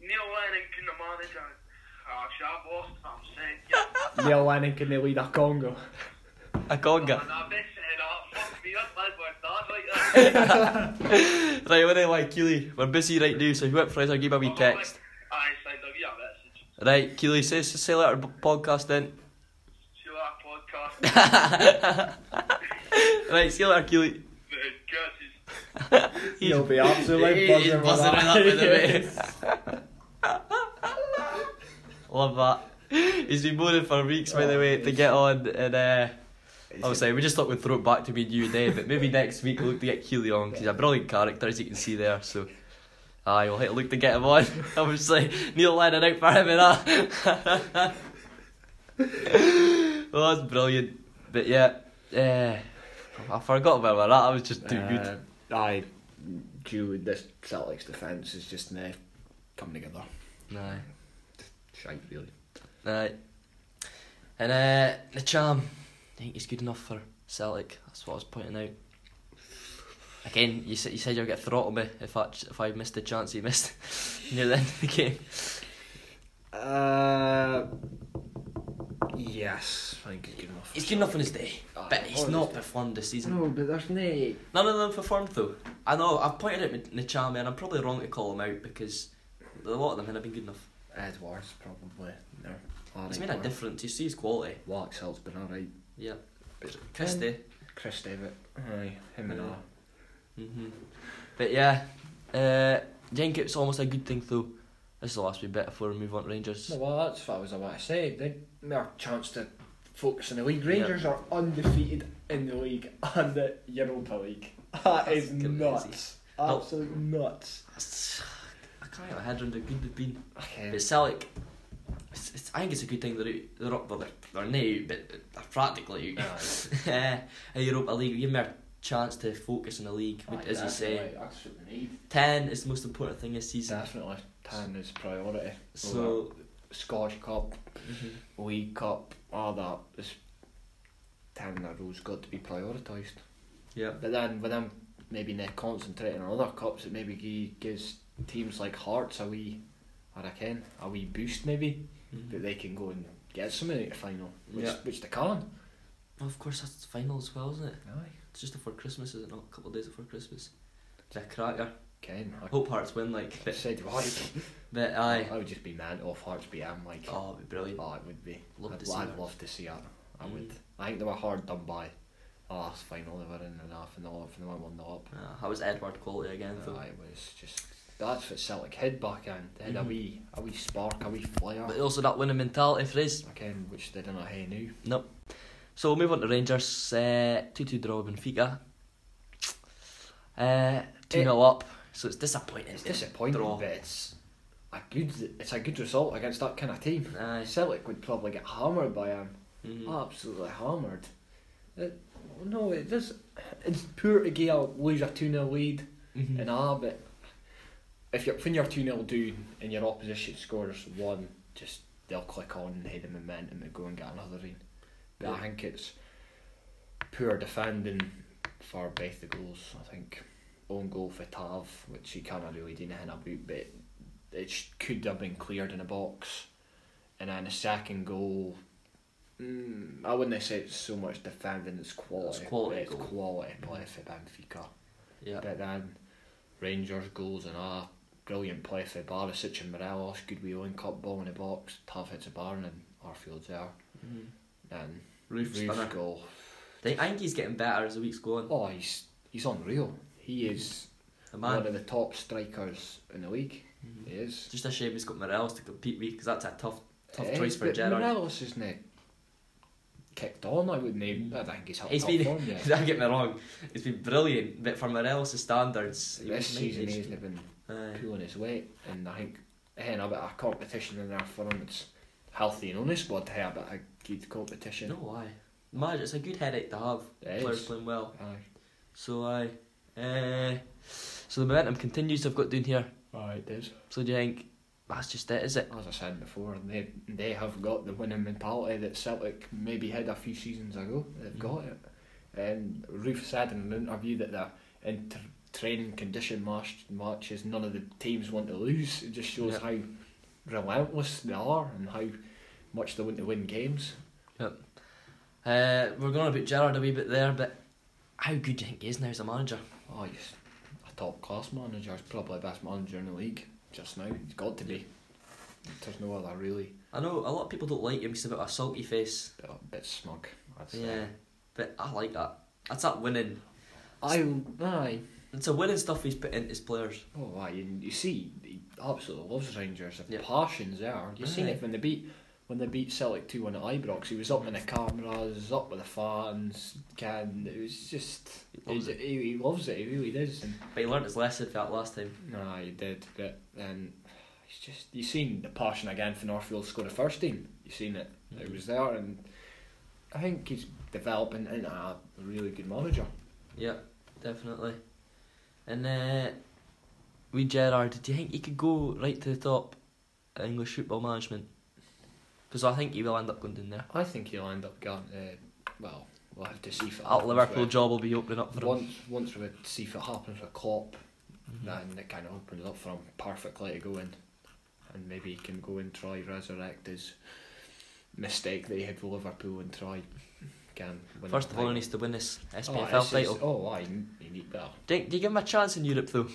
[SPEAKER 4] Neil Lennon can the manager. Oh, shit, I've lost what I'm saying. Yeah,
[SPEAKER 2] Neil Lennon can they lead a Congo?
[SPEAKER 1] A conga.
[SPEAKER 4] man, I bet it up. Fuck me, that's bad word. That's like that.
[SPEAKER 1] Right, anyway, Keely, we're busy right now, so if you want for us, I'll give you a wee text.
[SPEAKER 4] Aye, send a wee message.
[SPEAKER 1] Right, Keely, say, say later b- podcast then.
[SPEAKER 4] See you later, podcast.
[SPEAKER 1] Right, see you later, Keely.
[SPEAKER 4] The curses.
[SPEAKER 2] He'll be absolutely buzzing
[SPEAKER 1] He's
[SPEAKER 2] with
[SPEAKER 1] buzzing
[SPEAKER 2] that.
[SPEAKER 1] with that, by the way. Love that. He's been moaning for weeks, by the
[SPEAKER 2] Oh,
[SPEAKER 1] way, to
[SPEAKER 2] yes.
[SPEAKER 1] get on and uh, obviously we just thought we'd throw it back to me and you today, but maybe next week we'll look to get Keely on 'cause he's a brilliant character as you can see there. So, aye, we'll hit look to get him on. obviously, Neil Lennon out for him and that. well, that's brilliant. But yeah, uh, I forgot where we're at. I was just too good.
[SPEAKER 5] Uh, aye, due this Celtics defence is just nah, coming together.
[SPEAKER 1] Aye.
[SPEAKER 5] Shite, really.
[SPEAKER 1] Aye. And uh, the charm, I think he's good enough for Celtic. That's what I was pointing out. Again, you said you said you'll get throttled me if I if I missed the chance he missed near the end of the game.
[SPEAKER 5] Uh, yes, I think he's good enough.
[SPEAKER 1] He's good enough on his day,
[SPEAKER 5] Aye,
[SPEAKER 1] but he's
[SPEAKER 5] on
[SPEAKER 1] not
[SPEAKER 5] his
[SPEAKER 1] performed this season.
[SPEAKER 5] No, but there's no.
[SPEAKER 1] None of them performed though. I know I've pointed out N- Nachami, and I'm probably wrong to call him out because a lot of them haven't been good enough.
[SPEAKER 5] Edwards probably. No.
[SPEAKER 1] He's made a difference. You see his quality.
[SPEAKER 5] Warwick Hill's been alright.
[SPEAKER 1] Yeah, Christie.
[SPEAKER 5] Chris David. Aye, him and
[SPEAKER 1] Aye.
[SPEAKER 5] I.
[SPEAKER 1] hmm But yeah, uh, I think it's almost a good thing though. This is the last wee bit before we move on to Rangers.
[SPEAKER 2] No, well, that's what I was about to say. They, their chance to focus on the league. Rangers are undefeated in the league and the Europa League. That
[SPEAKER 1] That's
[SPEAKER 2] is
[SPEAKER 1] crazy.
[SPEAKER 2] nuts.
[SPEAKER 1] No.
[SPEAKER 2] Absolute nuts.
[SPEAKER 1] I can't get my head around how good they've been.
[SPEAKER 2] Okay.
[SPEAKER 1] But Celtic, it's, it's, I think it's a good thing they're out. They're up, well, they're, they're not out, but they're practically out. Uh, Europa League, give me a chance to focus on the league.
[SPEAKER 2] Aye,
[SPEAKER 1] as you say,
[SPEAKER 2] definitely, That's what they need.
[SPEAKER 1] ten is the most important thing this season.
[SPEAKER 2] Definitely, ten is priority.
[SPEAKER 1] So
[SPEAKER 2] Scottish Cup,
[SPEAKER 1] mhm,
[SPEAKER 2] League Cup, all that is ten in a row's got to be prioritised.
[SPEAKER 1] yeah,
[SPEAKER 2] But then with them maybe not concentrating on other cups, it maybe gi- gives teams like Hearts a wee, or I can, a wee boost maybe,
[SPEAKER 1] mhm.
[SPEAKER 2] that they can go and get something out of the final, which,
[SPEAKER 1] Yeah.
[SPEAKER 2] which they can.
[SPEAKER 1] Well, of course that's the final as well, isn't it?
[SPEAKER 2] Aye.
[SPEAKER 1] It's just before Christmas, is it not? A couple of days before Christmas. It's a cracker.
[SPEAKER 2] Ken, I
[SPEAKER 1] Hope Hearts win, like. But,
[SPEAKER 2] said what?
[SPEAKER 1] but aye.
[SPEAKER 2] I would just be mad off Hearts beat him like.
[SPEAKER 1] Oh, it'd be brilliant.
[SPEAKER 2] Oh, it would be.
[SPEAKER 1] Love
[SPEAKER 2] I'd,
[SPEAKER 1] to see
[SPEAKER 2] I'd
[SPEAKER 1] that.
[SPEAKER 2] love to see it. I
[SPEAKER 1] Mm.
[SPEAKER 2] would. I think they were hard done by. Oh, that's final. They were in and half and all up and they were one nil up.
[SPEAKER 1] Uh, how was Edward quality again, though?
[SPEAKER 2] Uh, it was just that's what Celtic had back in. They had
[SPEAKER 1] Mhm.
[SPEAKER 2] a wee, a wee spark, a wee flare.
[SPEAKER 1] But also that winning mentality phrase.
[SPEAKER 2] Again, which they didn't have now.
[SPEAKER 1] Nope. So we'll move on to Rangers. 2 2 draw with Benfica. 2 0 up. So it's disappointing.
[SPEAKER 2] It's disappointing,
[SPEAKER 1] Draw.
[SPEAKER 2] but it's a good, it's a good result against that kind of team.
[SPEAKER 1] Aye.
[SPEAKER 2] Celtic would probably get hammered by him.
[SPEAKER 1] Mhm.
[SPEAKER 2] Absolutely hammered. It, no, it just it's poor to Gael lose a two 0 lead
[SPEAKER 1] Mhm.
[SPEAKER 2] and ah, but if you're when you're two 0 down and your opposition scores one, just they'll click on and hit the momentum and go and get another in. But I
[SPEAKER 1] Yeah.
[SPEAKER 2] think it's poor defending for both the goals. I think own goal for Tav, which he can't really do nothing about, but it sh- could have been cleared in a box. And then the second goal, mm, I wouldn't say it's so much defending, it's quality.
[SPEAKER 1] It's quality
[SPEAKER 2] It's
[SPEAKER 1] goal.
[SPEAKER 2] quality play for Benfica.
[SPEAKER 1] Yeah.
[SPEAKER 2] But then Rangers goals and ah, brilliant play for Barisic and Morelos, good wee own cup ball in the box, Tav hits a bar and then Arfield's there.
[SPEAKER 1] Mhm.
[SPEAKER 2] And
[SPEAKER 1] Roof
[SPEAKER 2] Roof's
[SPEAKER 1] spinner.
[SPEAKER 2] goal.
[SPEAKER 1] I think- I think he's getting better as the week's go on.
[SPEAKER 2] Oh, he's he's unreal. He is
[SPEAKER 1] The
[SPEAKER 2] one
[SPEAKER 1] man.
[SPEAKER 2] of the top strikers in the league.
[SPEAKER 1] Mhm.
[SPEAKER 2] He is.
[SPEAKER 1] Just a shame he's got Morales to compete with because that's a tough, tough
[SPEAKER 2] Eh,
[SPEAKER 1] choice for
[SPEAKER 2] but
[SPEAKER 1] Gerard.
[SPEAKER 2] Morelos isn't it? Kicked on, I wouldn't even. I don't think he's had
[SPEAKER 1] He's
[SPEAKER 2] top
[SPEAKER 1] been-
[SPEAKER 2] form yet.
[SPEAKER 1] Don't get me wrong, it's been brilliant, but for Morales' standards, he
[SPEAKER 2] This
[SPEAKER 1] was
[SPEAKER 2] season
[SPEAKER 1] nice.
[SPEAKER 2] he hasn't been
[SPEAKER 1] Aye.
[SPEAKER 2] pulling his weight, and I think having a bit of competition in there for him, it's healthy and only squad to have a bit of good competition.
[SPEAKER 1] No, why? Mad, it's a good headache to have.
[SPEAKER 2] It
[SPEAKER 1] players
[SPEAKER 2] is.
[SPEAKER 1] playing well.
[SPEAKER 2] Aye.
[SPEAKER 1] So I, uh, so the momentum continues. I've got down here.
[SPEAKER 2] Aye, it is.
[SPEAKER 1] So do you think that's just it? Is it?
[SPEAKER 2] As I said before, they they have got the winning mentality that Celtic maybe had a few seasons ago. They've got it. And Roof said in an interview that they're in tr- training condition match- matches, none of the teams want to lose. It just shows
[SPEAKER 1] Yeah.
[SPEAKER 2] how relentless they are and how much they want to win games.
[SPEAKER 1] Uh, we're going about Gerard a wee bit there, but how good do you think he is now as a manager?
[SPEAKER 2] Oh, he's a top class manager. He's probably the best manager in the league just now. He's got to be. There's no other really.
[SPEAKER 1] I know a lot of people don't like him. 'cause He's a bit of a sulky face.
[SPEAKER 2] Bit, bit smug. I'd say.
[SPEAKER 1] Yeah, but I like that. That's that winning.
[SPEAKER 2] I aye.
[SPEAKER 1] It's a winning stuff he's put into his players.
[SPEAKER 2] Oh, aye, and you see, he absolutely loves Rangers. The
[SPEAKER 1] Yeah.
[SPEAKER 2] passion's there. You seen
[SPEAKER 1] Aye.
[SPEAKER 2] it when they beat when they beat Celtic two one at Ibrox. He was up in the cameras, up with the fans. Can it was just
[SPEAKER 1] He loves
[SPEAKER 2] he, He, he loves it. He really does. And
[SPEAKER 1] But he learnt his lesson for that last time.
[SPEAKER 2] nah, he did. But then it's just you seen the passion again for Northfield score the first team. You seen it. It
[SPEAKER 1] Mhm.
[SPEAKER 2] was there, and I think he's developing into a really good manager.
[SPEAKER 1] Yeah, definitely. And uh, we Gerard, do you think he could go right to the top at English football management? Because I think he will end up going down there.
[SPEAKER 2] I think he'll end up going. Uh, well, we'll have to see if it
[SPEAKER 1] That Liverpool
[SPEAKER 2] where-
[SPEAKER 1] job will be opening up for him. Mm-hmm.
[SPEAKER 2] Once, once we see if it happens with Klopp, then it kind of opens up for him perfectly to go in, and maybe he can go and try resurrect his mistake that he had with Liverpool and try can win
[SPEAKER 1] First
[SPEAKER 2] the
[SPEAKER 1] of all, he
[SPEAKER 2] title.
[SPEAKER 1] needs to win this
[SPEAKER 2] oh,
[SPEAKER 1] SPFL
[SPEAKER 2] this is-
[SPEAKER 1] title.
[SPEAKER 2] Oh, aye, he need well.
[SPEAKER 1] Do you, do you give him a chance in Europe though? Do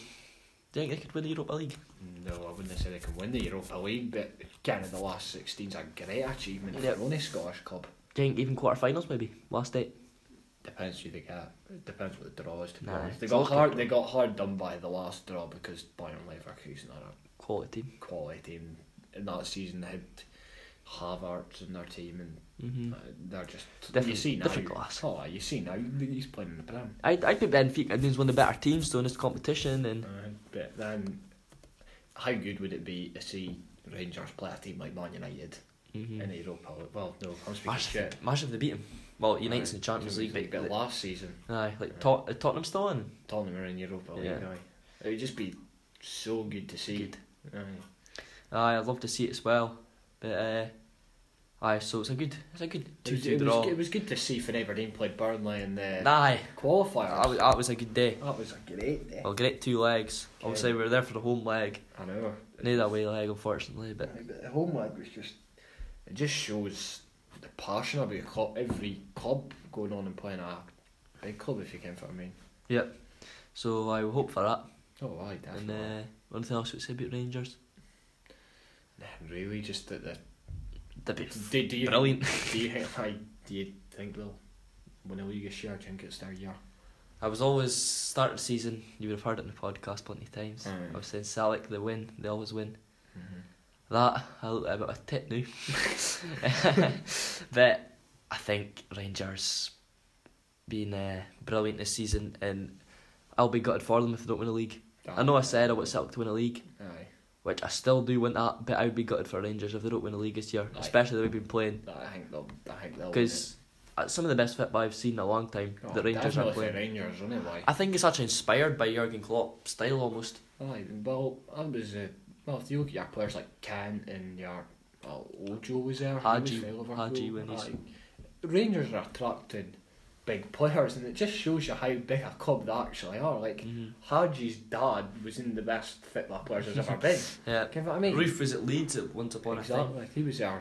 [SPEAKER 1] you think they could win the Europa League?
[SPEAKER 2] No, I wouldn't say they can win the Europa League, but Canada the last 16's a great achievement
[SPEAKER 1] Yep.
[SPEAKER 2] for any Scottish club.
[SPEAKER 1] Do you think even quarterfinals maybe? Last eight?
[SPEAKER 2] Depends who they get. It depends what the draw is. To be
[SPEAKER 1] Nah,
[SPEAKER 2] honest, they
[SPEAKER 1] it's
[SPEAKER 2] got
[SPEAKER 1] okay.
[SPEAKER 2] hard. They got hard done by the last draw because Bayern Leverkusen are a
[SPEAKER 1] Quality team.
[SPEAKER 2] quality team in that season. They had Havertz in their team, and
[SPEAKER 1] Mm-hmm.
[SPEAKER 2] uh, they're just
[SPEAKER 1] Different-
[SPEAKER 2] you see now.
[SPEAKER 1] different class.
[SPEAKER 2] Oh, you see now he's playing in the prem.
[SPEAKER 1] I'd, I'd put Benfica down as one of the better teams though in this competition and
[SPEAKER 2] Uh, but then, how good would it be to see Rangers play a team like Man United
[SPEAKER 1] Mhm.
[SPEAKER 2] in the Europa? League? Well, no, I'm speaking
[SPEAKER 1] Imagine,
[SPEAKER 2] shit.
[SPEAKER 1] if- imagine if they beat him. Well, United's in the
[SPEAKER 2] Aye,
[SPEAKER 1] Champions
[SPEAKER 2] so
[SPEAKER 1] League,
[SPEAKER 2] we-
[SPEAKER 1] but,
[SPEAKER 2] but last season
[SPEAKER 1] aye, like Tot- uh, Tottenham still in.
[SPEAKER 2] Tottenham are in Europa League.
[SPEAKER 1] Yeah.
[SPEAKER 2] aye. It would just be so good to see.
[SPEAKER 1] Good.
[SPEAKER 2] Aye.
[SPEAKER 1] Aye, I'd love to see it as well. But uh, aye, so it's a good, it's a good
[SPEAKER 2] It, was,
[SPEAKER 1] two-two
[SPEAKER 2] it, was,
[SPEAKER 1] draw.
[SPEAKER 2] it was good to see for Aberdeen play Burnley in the
[SPEAKER 1] Aye,
[SPEAKER 2] qualifiers.
[SPEAKER 1] that was, Oh. that was a good day.
[SPEAKER 2] that was a great day.
[SPEAKER 1] Well, great two legs. Obviously, we were there for the home leg,
[SPEAKER 2] I know.
[SPEAKER 1] neither away leg, unfortunately. But
[SPEAKER 2] Aye, but the home leg was just it just shows the passion of your club, every club going on and playing a Big club if you can for I mean.
[SPEAKER 1] So I will hope for that.
[SPEAKER 2] Oh aye,
[SPEAKER 1] And
[SPEAKER 2] definitely.
[SPEAKER 1] uh, anything else you would say about Rangers?
[SPEAKER 2] Nah, really just that the
[SPEAKER 1] They'd be
[SPEAKER 2] do, do you
[SPEAKER 1] brilliant.
[SPEAKER 2] do you think aye, do you think they'll win a league this year, do you think it's their year?
[SPEAKER 1] I was always start of season. You would have heard it in the podcast plenty of times.
[SPEAKER 2] Aye.
[SPEAKER 1] I was saying Salic, they win. They always win. Mm-hmm.
[SPEAKER 2] Mhm.
[SPEAKER 1] That I look a bit of a tit now, but I think Rangers been uh, brilliant this season, and I'll be gutted for them if they don't win a league. I know I said I want Celtic to win a league,
[SPEAKER 2] Aye.
[SPEAKER 1] which I still do want that, but I would be gutted for Rangers if they don't win a league this year,
[SPEAKER 2] Aye.
[SPEAKER 1] especially the way we've been playing.
[SPEAKER 2] I think they'll I think they'll win it.
[SPEAKER 1] Because some of the best football I've seen in a long time,
[SPEAKER 2] Oh,
[SPEAKER 1] the Rangers
[SPEAKER 2] definitely
[SPEAKER 1] are
[SPEAKER 2] for
[SPEAKER 1] playing.
[SPEAKER 2] Rangers anyway.
[SPEAKER 1] I think it's actually inspired by Jurgen Klopp's style almost.
[SPEAKER 2] Aye, well, I was. Uh, well, if you look at your players like Can and your well, Ojo was there. he
[SPEAKER 1] Hadji-
[SPEAKER 2] was for Liverpool.
[SPEAKER 1] Hadji when he's-
[SPEAKER 2] Aye. Rangers are attracting big players, and it just shows you how big a club they actually are. Like
[SPEAKER 1] Mhm.
[SPEAKER 2] Hadji's dad was in the best football players there's ever been.
[SPEAKER 1] Yeah.
[SPEAKER 2] Can you know what I mean?
[SPEAKER 1] Roof was at Leeds at once upon a time.
[SPEAKER 2] exactly. He was there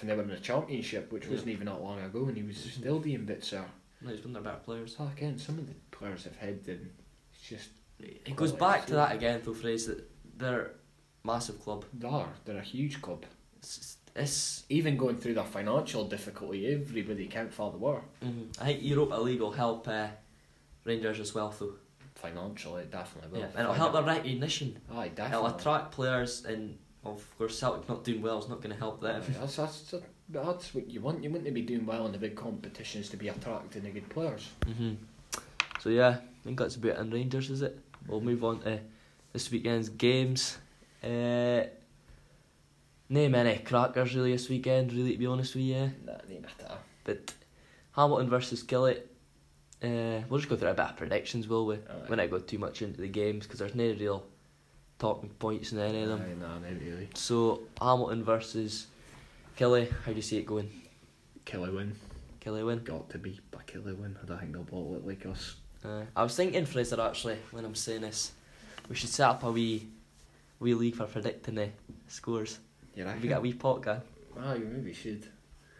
[SPEAKER 2] when they were in the championship, which wasn't even that long ago, and he was
[SPEAKER 1] Mm-hmm.
[SPEAKER 2] still doing bits there.
[SPEAKER 1] No, he's one of their better players.
[SPEAKER 2] So again, some of the players have had them. It's just
[SPEAKER 1] It goes back to that again, though, phrase that they're a massive club.
[SPEAKER 2] they are. They're a huge club.
[SPEAKER 1] It's, it's
[SPEAKER 2] even going through their financial difficulty, everybody can't follow the war.
[SPEAKER 1] mhm. I think Europa League will help uh, Rangers as well, though.
[SPEAKER 2] Financially, it definitely will.
[SPEAKER 1] Yeah, and it'll help their recognition.
[SPEAKER 2] Aye,
[SPEAKER 1] It'll
[SPEAKER 2] definitely.
[SPEAKER 1] attract players, and of course, Celtic not doing well is not going to help them.
[SPEAKER 2] Aye, that's, that's, that's what you want. You want to be doing well in the big competitions to be attracting the good players.
[SPEAKER 1] hmm So yeah, I think that's about it on Rangers, is it? We'll move on to this weekend's games. Uh, name any crackers really this weekend, really to be honest with you.
[SPEAKER 2] That ain't matter.
[SPEAKER 1] But Hamilton versus Gillett. Uh, we'll just go through a bit of predictions, will we?
[SPEAKER 2] Aye.
[SPEAKER 1] We're not going too much into the games because there's no real talking points in any of them.
[SPEAKER 2] Aye, nah, not really.
[SPEAKER 1] So Hamilton versus Kelly, how do you see it going?
[SPEAKER 2] Killer win.
[SPEAKER 1] Kelly win?
[SPEAKER 2] Got to be a killer win. I don't think they'll bottle it like us.
[SPEAKER 1] Uh, I was thinking, Fraser, actually, when I'm saying this, we should set up a wee, wee league for predicting the scores.
[SPEAKER 2] You
[SPEAKER 1] We get a
[SPEAKER 2] reckon?
[SPEAKER 1] wee pot gun.
[SPEAKER 2] Aye, maybe should.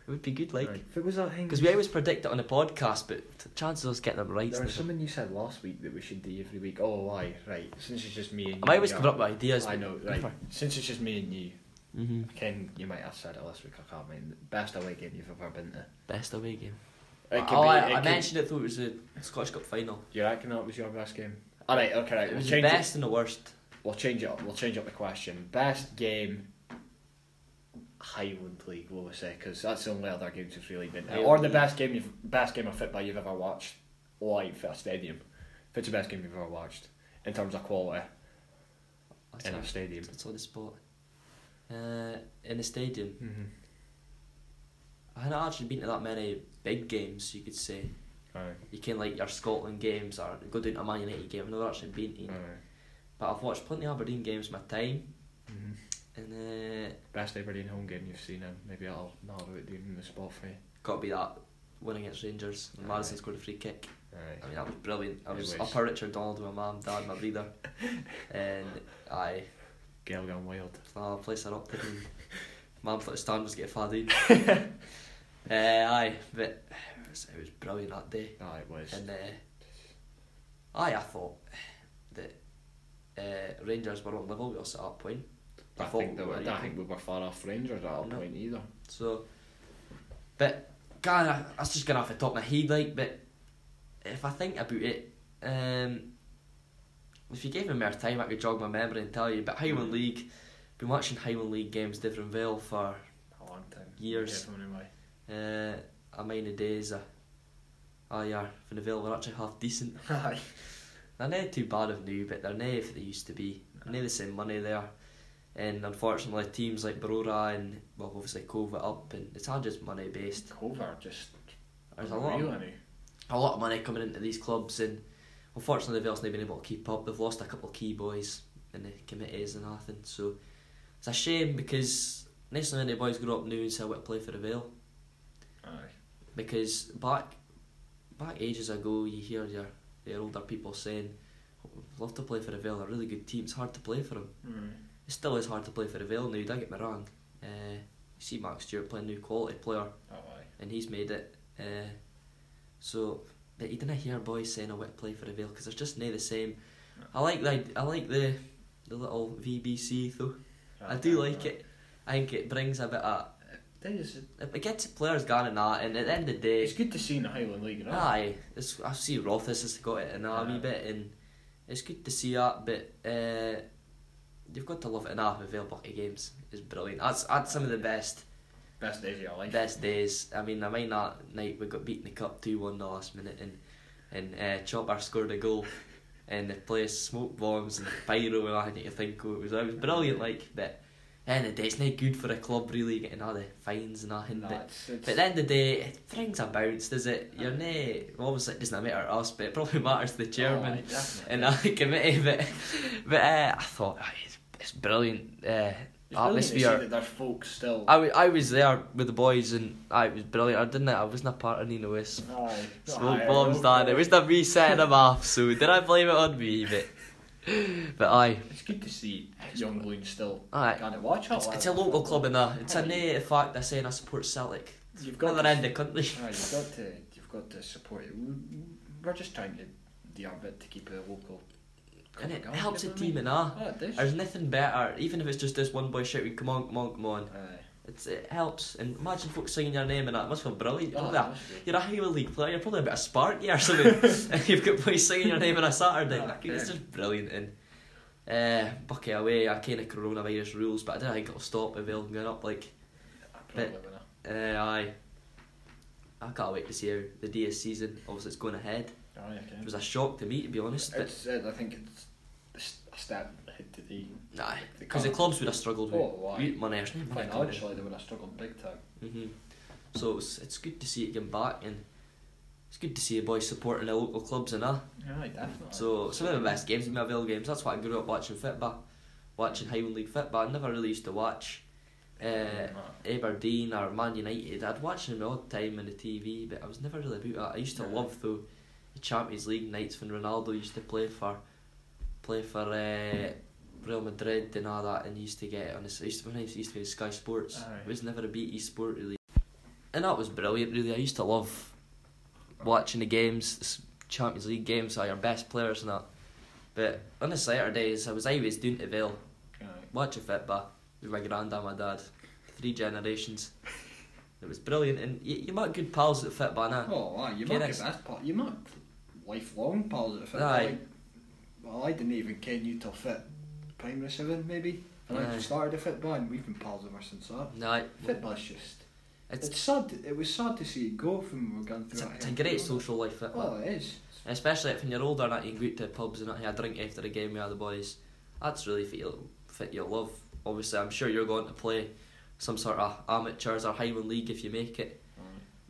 [SPEAKER 1] It would be good, like,
[SPEAKER 2] Aye. If it was that thing.
[SPEAKER 1] because we always predict it on the podcast, but t- chances of us getting them right.
[SPEAKER 2] There was
[SPEAKER 1] is never-
[SPEAKER 2] something you said last week that we should do every week. Oh, aye, right. Since it's just me and you.
[SPEAKER 1] I might always
[SPEAKER 2] yeah.
[SPEAKER 1] come up with ideas.
[SPEAKER 2] I know, right. Since it's just me and you,
[SPEAKER 1] Mm-hmm.
[SPEAKER 2] Ken, you might have said it last week. I can't mind. Best away game you've ever been to.
[SPEAKER 1] Best away game.
[SPEAKER 2] It
[SPEAKER 1] oh, I,
[SPEAKER 2] it
[SPEAKER 1] I
[SPEAKER 2] could-
[SPEAKER 1] mentioned it though. It was the Scottish Cup final.
[SPEAKER 2] Do you reckon that was your best game? All right, okay, right.
[SPEAKER 1] it
[SPEAKER 2] We'll
[SPEAKER 1] was the
[SPEAKER 2] change
[SPEAKER 1] best and the worst.
[SPEAKER 2] it. We'll change it up. We'll change up the question. Best game. Highland League, will we say? Because that's the only other games we've really been to.
[SPEAKER 1] Highland
[SPEAKER 2] Or the
[SPEAKER 1] League.
[SPEAKER 2] best game you've best game of football you've ever watched live at a stadium. If it's the best game you've ever watched in terms of quality
[SPEAKER 1] That's
[SPEAKER 2] in
[SPEAKER 1] it.
[SPEAKER 2] a stadium.
[SPEAKER 1] It's on the spot. Uh, in the stadium,
[SPEAKER 2] Mm-hmm.
[SPEAKER 1] I hadn't actually been to that many big games. You could say.
[SPEAKER 2] Aye,
[SPEAKER 1] you can like your Scotland games or go down to a Man United game. I've never actually been to,
[SPEAKER 2] aye.
[SPEAKER 1] one. but I've watched plenty of Aberdeen games in my time,
[SPEAKER 2] Mm-hmm.
[SPEAKER 1] and uh,
[SPEAKER 2] Best Aberdeen home game you've seen, and maybe I'll narrow it down in the spot for you.
[SPEAKER 1] got to be that win against Rangers. when Madison
[SPEAKER 2] Aye.
[SPEAKER 1] scored a free kick.
[SPEAKER 2] Aye.
[SPEAKER 1] I mean that was brilliant. I
[SPEAKER 2] It
[SPEAKER 1] was
[SPEAKER 2] was.
[SPEAKER 1] up at Richard Donald with my mum, dad, my brother, and I
[SPEAKER 2] Gail gone wild.
[SPEAKER 1] oh, place her up and mum thought the stand was getting fad in. uh, aye, but it was, it was brilliant that day.
[SPEAKER 2] Ah, it was.
[SPEAKER 1] And uh, aye, I thought that uh, Rangers were on level with us at that point.
[SPEAKER 2] I,
[SPEAKER 1] thought
[SPEAKER 2] think they were, I
[SPEAKER 1] equal.
[SPEAKER 2] don't think we were far off Rangers at that
[SPEAKER 1] No.
[SPEAKER 2] point either.
[SPEAKER 1] So, but God, that's just going off the top of my head, like. But if I think about it, um, if you gave me more time, I could jog my memory and tell you. But Highland League, been watching Highland League games, Divin Vale for
[SPEAKER 2] A long time.
[SPEAKER 1] Years. uh, a minor days. Uh, oh yeah, Divin Vale were actually half decent.
[SPEAKER 2] Aye.
[SPEAKER 1] They're not too bad of new, but they're not if they used to be. They're not the same money there. And unfortunately, teams like Barora and, well, obviously Cove are up, and it's all just money based.
[SPEAKER 2] Cover just.
[SPEAKER 1] There's a lot, of,
[SPEAKER 2] unreal, innit?
[SPEAKER 1] a lot of money coming into these clubs, and unfortunately, they've also not been able to keep up. They've lost a couple of key boys in the committees and everything, so it's a shame because next thing the boys grow up new and say, I want to play for the Vale.
[SPEAKER 2] Aye.
[SPEAKER 1] because back back ages ago you hear your, your older people saying "I'd love to play for the Vale they're a really good team it's hard to play for them
[SPEAKER 2] Mm-hmm.
[SPEAKER 1] it still is hard to play for the Vale now don't get me wrong uh, you see Mark Stewart playing new quality player
[SPEAKER 2] Oh, aye.
[SPEAKER 1] and he's made it uh, so but you didn't hear boys saying I want to play for Reveal because it's just nae the same. I like the id- I like the the little VBC though. I
[SPEAKER 2] Uh,
[SPEAKER 1] do like it. I think it brings a bit of
[SPEAKER 2] That is,
[SPEAKER 1] it gets players going and that, and at the end of the day,
[SPEAKER 2] it's good to see in the Highland League, you know?
[SPEAKER 1] Aye, it's, I see Rothis has got it in the army
[SPEAKER 2] Yeah.
[SPEAKER 1] bit, and it's good to see that. But uh, you've got to love it. And half of Bucky games is brilliant. That's that's some of the best
[SPEAKER 2] Best days of your life.
[SPEAKER 1] best days. I mean, I mind that night we got beaten the cup two one the last minute, and and uh, Chopper scored a goal, and the place smoke bombs and pyro and I think you think oh, it was it was brilliant. Like, but end of the day, it's not good for a club really getting all the fines and that.
[SPEAKER 2] No,
[SPEAKER 1] but
[SPEAKER 2] it's- it's-
[SPEAKER 1] but at the end of the day, it brings a bounce, does it? You're nay, obviously it doesn't matter to us, but it probably matters to the chairman
[SPEAKER 2] Aye, definitely.
[SPEAKER 1] and uh, the committee. But, but uh, I thought "Aye, it's, it's brilliant uh,
[SPEAKER 2] It's brilliant to see
[SPEAKER 1] atmosphere.
[SPEAKER 2] that there's folks still.
[SPEAKER 1] I, wa- I was there with the boys and aye, it was brilliant. I didn't. I wasn't a part of Nina West.
[SPEAKER 2] Aye.
[SPEAKER 1] Smoke
[SPEAKER 2] Aye,
[SPEAKER 1] bombs,
[SPEAKER 2] I
[SPEAKER 1] Dan.
[SPEAKER 2] know.
[SPEAKER 1] It was not me setting them off, so did I blame it on me? But, but aye,
[SPEAKER 2] It's good to see young Loon still
[SPEAKER 1] Aye.
[SPEAKER 2] kind of watch it.
[SPEAKER 1] it's, it's a local club and that. It's a nay the fact that saying I support Celtic.
[SPEAKER 2] You've got
[SPEAKER 1] Other
[SPEAKER 2] to-
[SPEAKER 1] end of the country.
[SPEAKER 2] Aye, you've got to, you've got to support it. We- We're just trying to do our bit to keep it local.
[SPEAKER 1] And it
[SPEAKER 2] Come on,
[SPEAKER 1] helps a
[SPEAKER 2] give it
[SPEAKER 1] team
[SPEAKER 2] me.
[SPEAKER 1] and that.
[SPEAKER 2] Oh, it does.
[SPEAKER 1] There's nothing better, even if it's just this one boy shouting, "Come on, come on, come on!"
[SPEAKER 2] Aye.
[SPEAKER 1] It's, it helps. And imagine folks singing your name and that. It must feel brilliant. You're,
[SPEAKER 2] Oh,
[SPEAKER 1] like a-
[SPEAKER 2] that's good.
[SPEAKER 1] you're a Highland League player. You're probably a bit of Sparky or something. and you've got boys singing your name on a Saturday.
[SPEAKER 2] Ah,
[SPEAKER 1] it's
[SPEAKER 2] fair.
[SPEAKER 1] just brilliant. And uh, bucket away. I kind of coronavirus rules, but I don't think it'll stop if they're going up. Like,
[SPEAKER 2] I probably wanna-
[SPEAKER 1] uh, aye. I can't wait to see how the DS season. Obviously, it's going ahead.
[SPEAKER 2] Aye, Oh, okay.
[SPEAKER 1] It was a shock to me, to be honest. But
[SPEAKER 2] It's, uh, I think it's a s- a step ahead to the
[SPEAKER 1] nah,
[SPEAKER 2] They
[SPEAKER 1] because the
[SPEAKER 2] can't-
[SPEAKER 1] clubs would have struggled with
[SPEAKER 2] Oh, aye.
[SPEAKER 1] with money. There's no money coming in.
[SPEAKER 2] financially they would have struggled big time.
[SPEAKER 1] hmm So it's it's good to see it getting back, and it's good to see the boys supporting the local clubs and that.
[SPEAKER 2] Aye, definitely.
[SPEAKER 1] So some of the best games in my Vale games. That's why I grew up watching football, watching Highland League football. I never really used to watch uh, Aberdeen or Man United. I'd watch them all the time on the TV, but I was never really about that. I used to
[SPEAKER 2] Aye.
[SPEAKER 1] love though the Champions League nights when Ronaldo used to play for play for uh, Real Madrid and all that, and he used to get it on his, used to, when I used to be on Sky Sports.
[SPEAKER 2] Aye.
[SPEAKER 1] It was never a BT Sport really, and that was brilliant. Really, I used to love watching the games, s- Champions League games, all your best players and that. But on the Saturdays, I was always doing to Vale
[SPEAKER 2] Aye.
[SPEAKER 1] watching football with my granddad, my dad, three generations. It was brilliant, and you, you make good pals at football now.
[SPEAKER 2] Oh, aye, you
[SPEAKER 1] Get
[SPEAKER 2] might get
[SPEAKER 1] us-
[SPEAKER 2] that part. You might lifelong pals at fit.
[SPEAKER 1] Aye.
[SPEAKER 2] Like, well, I didn't even ken you till fit primary seven maybe, and I
[SPEAKER 1] Aye.
[SPEAKER 2] started a fit band. We've been pals ever since that.
[SPEAKER 1] No,
[SPEAKER 2] Fit band's just. It's,
[SPEAKER 1] it's
[SPEAKER 2] sad. It was sad to see it go from we're going
[SPEAKER 1] it's
[SPEAKER 2] through.
[SPEAKER 1] a,
[SPEAKER 2] it
[SPEAKER 1] it's a
[SPEAKER 2] here.
[SPEAKER 1] great social life football.
[SPEAKER 2] Oh, it is.
[SPEAKER 1] Especially if when you're older and that you can go out to the pubs and that, have a drink after a game with other boys. That's really fit your, fit your love. Obviously, I'm sure you're going to play some sort of amateurs or Highland League if you make it.